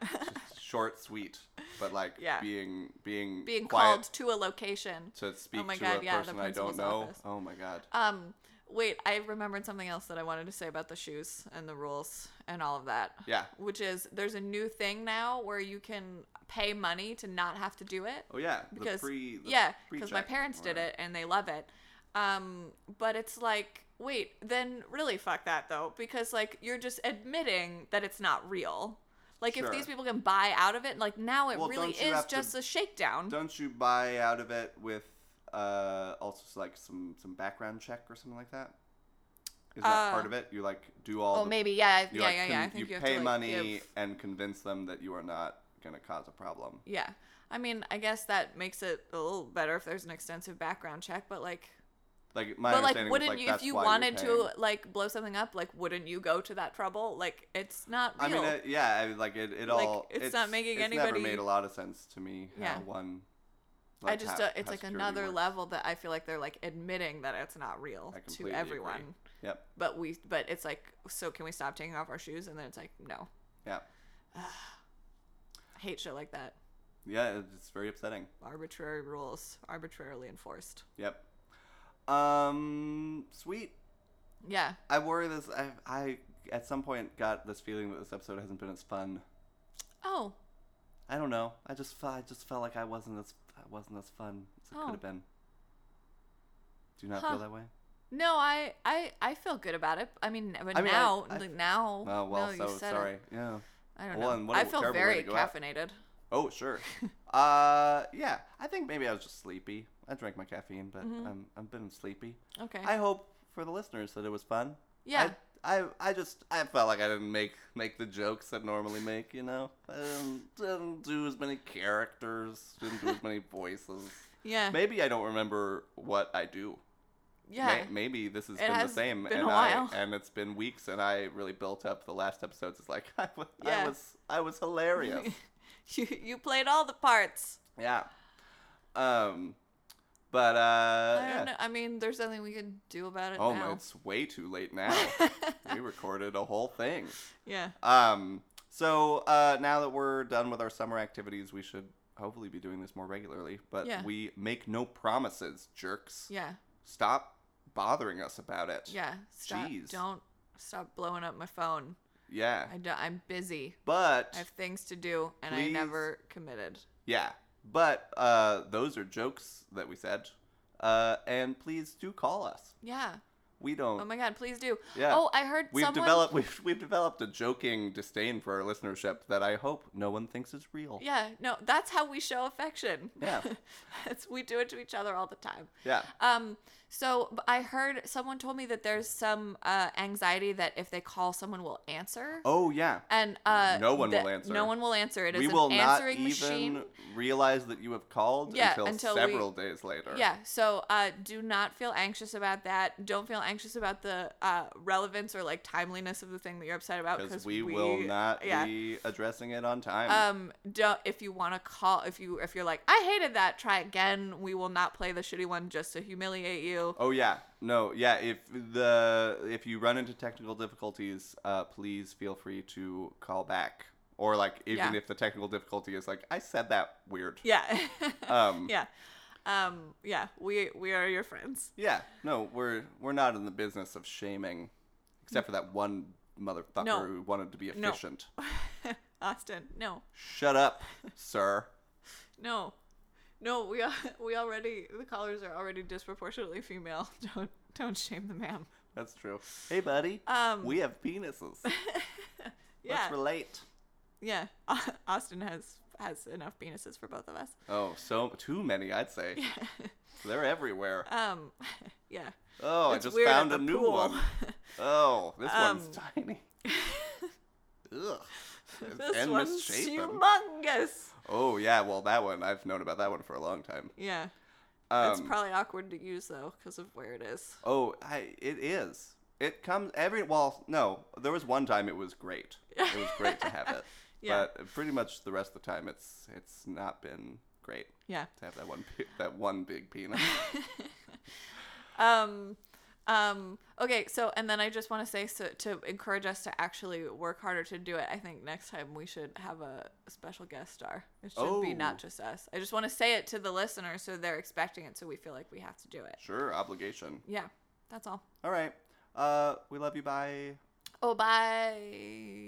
Speaker 3: Short, sweet, but like
Speaker 2: Yeah.
Speaker 3: being being
Speaker 2: being
Speaker 3: quiet
Speaker 2: called to a location.
Speaker 3: to speak
Speaker 2: my
Speaker 3: to
Speaker 2: God,
Speaker 3: a
Speaker 2: yeah, the
Speaker 3: person I don't
Speaker 2: principal's
Speaker 3: know.
Speaker 2: office.
Speaker 3: Oh my god.
Speaker 2: Um, wait, I remembered something else that I wanted to say about the shoes and the rules and all of that.
Speaker 3: Yeah.
Speaker 2: Which is there's a new thing now where you can pay money to not have to do it
Speaker 3: Oh yeah. the
Speaker 2: because
Speaker 3: pre- the
Speaker 2: yeah because my
Speaker 3: pre-check
Speaker 2: parents did
Speaker 3: or-
Speaker 2: it and they love it um but it's like wait then really fuck that though because like you're just admitting that it's not real like
Speaker 3: Sure.
Speaker 2: if these people can buy out of it like now it
Speaker 3: Well,
Speaker 2: really
Speaker 3: don't you
Speaker 2: is
Speaker 3: have to-
Speaker 2: just a shakedown
Speaker 3: Don't you buy out of it with uh, also like some some background check or something like that? Is that
Speaker 2: Uh,
Speaker 3: part of it? You like do all
Speaker 2: oh
Speaker 3: the
Speaker 2: maybe yeah
Speaker 3: You
Speaker 2: yeah
Speaker 3: like
Speaker 2: yeah
Speaker 3: con-
Speaker 2: yeah i think
Speaker 3: you,
Speaker 2: you, have
Speaker 3: pay
Speaker 2: to, like,
Speaker 3: money
Speaker 2: give-
Speaker 3: and convince them that you are not going to cause a problem.
Speaker 2: Yeah. I mean, I guess that makes it a little better if there's an extensive background check, but like
Speaker 3: Like my
Speaker 2: but like
Speaker 3: understanding
Speaker 2: wouldn't
Speaker 3: was like
Speaker 2: you
Speaker 3: that's
Speaker 2: if you
Speaker 3: why you're
Speaker 2: wanted to
Speaker 3: paying.
Speaker 2: like blow something up, like wouldn't you go to that trouble? Like it's not
Speaker 3: I
Speaker 2: real.
Speaker 3: mean, it, yeah, I mean, like it, it
Speaker 2: Like,
Speaker 3: all.
Speaker 2: it's not making
Speaker 3: it's never
Speaker 2: anybody-
Speaker 3: made a lot of sense to me how
Speaker 2: Yeah.
Speaker 3: one
Speaker 2: I just
Speaker 3: how-
Speaker 2: uh, it's
Speaker 3: how
Speaker 2: like
Speaker 3: security
Speaker 2: another
Speaker 3: works.
Speaker 2: level that I feel like they're like admitting that it's not real
Speaker 3: I
Speaker 2: to
Speaker 3: completely agree.
Speaker 2: everyone.
Speaker 3: Yep.
Speaker 2: But we but it's like so can we stop taking off our shoes and then it's like no. (sighs)
Speaker 3: Yep.
Speaker 2: I hate shit like that.
Speaker 3: Yeah, it's very upsetting.
Speaker 2: Arbitrary rules, arbitrarily enforced.
Speaker 3: Yep. Um, sweet.
Speaker 2: Yeah.
Speaker 3: I worry this. I, I at some point got this feeling that this episode hasn't been as fun.
Speaker 2: Oh,
Speaker 3: I don't know. I just fe- I just felt like I wasn't as I wasn't as fun as it
Speaker 2: Oh.
Speaker 3: could have been. Do you not
Speaker 2: Huh.
Speaker 3: feel that way?
Speaker 2: No, I, I, I feel good about it. I mean, but
Speaker 3: I mean, I-
Speaker 2: now,
Speaker 3: I-
Speaker 2: like now,
Speaker 3: Oh well,
Speaker 2: no, you
Speaker 3: so
Speaker 2: said it.
Speaker 3: sorry. Yeah.
Speaker 2: I don't
Speaker 3: Well,
Speaker 2: know.
Speaker 3: and what a
Speaker 2: I feel
Speaker 3: terrible way to
Speaker 2: very
Speaker 3: go out.
Speaker 2: caffeinated.
Speaker 3: Oh sure.
Speaker 2: (laughs)
Speaker 3: uh yeah. I think maybe I was just sleepy. I drank my caffeine, but
Speaker 2: Mm-hmm.
Speaker 3: I'm I'm been sleepy.
Speaker 2: Okay.
Speaker 3: I hope for the listeners that it was fun.
Speaker 2: Yeah.
Speaker 3: I, I I just I felt like I didn't make make the jokes that I normally make. You know, I didn't, didn't do as many characters, didn't do as
Speaker 2: (laughs)
Speaker 3: many voices.
Speaker 2: yeah.
Speaker 3: Maybe I don't remember what I do. May-
Speaker 2: yeah.
Speaker 3: maybe this has
Speaker 2: It
Speaker 3: been
Speaker 2: has
Speaker 3: the same,
Speaker 2: been a
Speaker 3: and
Speaker 2: while. (laughs)
Speaker 3: I and it's been weeks, and I really built up the last episodes. It's like (laughs) I was
Speaker 2: Yeah.
Speaker 3: I was I was hilarious.
Speaker 2: (laughs) you, you played all the parts.
Speaker 3: yeah. Um, but uh,
Speaker 2: I don't
Speaker 3: yeah.
Speaker 2: know. I mean, there's nothing we can do about it
Speaker 3: Oh,
Speaker 2: now.
Speaker 3: it's way too late
Speaker 2: (laughs)
Speaker 3: now. we recorded a whole thing.
Speaker 2: Yeah.
Speaker 3: Um, so uh, now that we're done with our summer activities, we should hopefully be doing this more regularly. But
Speaker 2: Yeah.
Speaker 3: we make no promises, jerks.
Speaker 2: Yeah.
Speaker 3: Stop bothering us about it.
Speaker 2: Yeah. Stop.
Speaker 3: Jeez.
Speaker 2: Don't stop blowing up my phone.
Speaker 3: Yeah.
Speaker 2: I don't, I'm busy.
Speaker 3: But
Speaker 2: I have things to do, and I
Speaker 3: Please.
Speaker 2: never committed.
Speaker 3: yeah, but uh, those are jokes that we said. Uh, and please do call us.
Speaker 2: Yeah.
Speaker 3: We don't.
Speaker 2: Oh my god, please do.
Speaker 3: Yeah.
Speaker 2: Oh, I heard
Speaker 3: We've
Speaker 2: someone.
Speaker 3: developed (laughs) we've, we've developed a joking disdain for our listenership that I hope no one thinks is real.
Speaker 2: Yeah, no, that's how we show affection.
Speaker 3: Yeah.
Speaker 2: (laughs) that's, we do it to each other all the time.
Speaker 3: Yeah.
Speaker 2: Um, so b- I heard someone told me that there's some uh, anxiety that if they call, someone will answer.
Speaker 3: Oh yeah.
Speaker 2: And uh,
Speaker 3: No one will
Speaker 2: that
Speaker 3: answer.
Speaker 2: No one will answer. It is
Speaker 3: we
Speaker 2: an
Speaker 3: will not
Speaker 2: answering
Speaker 3: even
Speaker 2: machine.
Speaker 3: realize that you have called
Speaker 2: Yeah,
Speaker 3: until,
Speaker 2: until we-
Speaker 3: several days later.
Speaker 2: Yeah. So uh, do not feel anxious about that. Don't feel anxious about the uh, relevance or like timeliness of the thing that you're upset about
Speaker 3: because we, will not be addressing it on time.
Speaker 2: um don't if you want to call if you if you're like i hated that try again we will not play the shitty one just to humiliate you
Speaker 3: oh yeah, no, yeah. If the if you run into technical difficulties, uh, please feel free to call back. Or like even
Speaker 2: Yeah.
Speaker 3: if the technical difficulty is like I said that weird.
Speaker 2: yeah (laughs)
Speaker 3: (laughs) Um,
Speaker 2: yeah um yeah we we are your friends
Speaker 3: Yeah, no, we're we're not in the business of shaming, except for that one motherfucker
Speaker 2: No.
Speaker 3: who wanted to be
Speaker 2: No.
Speaker 3: efficient.
Speaker 2: austin no
Speaker 3: Shut up, (laughs) sir.
Speaker 2: no no we are (laughs) we already the callers are already disproportionately female (laughs) don't don't shame the man
Speaker 3: That's true. Hey, buddy.
Speaker 2: Um,
Speaker 3: we have
Speaker 2: (laughs)
Speaker 3: penises.
Speaker 2: yeah
Speaker 3: Let's relate.
Speaker 2: yeah (laughs) austin has has enough penises for both of us
Speaker 3: Oh, so too many, I'd say.
Speaker 2: (laughs)
Speaker 3: They're everywhere.
Speaker 2: um (laughs) yeah
Speaker 3: Oh,
Speaker 2: it's
Speaker 3: I just
Speaker 2: weird at
Speaker 3: found a
Speaker 2: the
Speaker 3: new
Speaker 2: pool.
Speaker 3: one. Oh, this one's
Speaker 2: Um,
Speaker 3: tiny. Ugh. It's-
Speaker 2: (laughs) this
Speaker 3: and
Speaker 2: one's
Speaker 3: misshapen.
Speaker 2: humongous
Speaker 3: Oh yeah, well that one I've known about that one for a long time.
Speaker 2: yeah
Speaker 3: Um,
Speaker 2: it's probably awkward to use though because of where it is.
Speaker 3: Oh, I, it is. It comes every well. No, there was one time it was great. It was great to have it.
Speaker 2: (laughs) Yeah.
Speaker 3: But pretty much the rest of the time, it's it's not been great
Speaker 2: Yeah.
Speaker 3: to have that one pe- that one big penis.
Speaker 2: (laughs) Um um okay, so and then I just want to say so to encourage us to actually work harder to do it. I think next time we should have a special guest star. It should be
Speaker 3: Oh.
Speaker 2: not just us. I just want to say it to the listener so they're expecting it so we feel like we have to do it.
Speaker 3: sure, obligation.
Speaker 2: Yeah. That's all.
Speaker 3: All right. Uh, we love you. Bye.
Speaker 2: Oh, bye.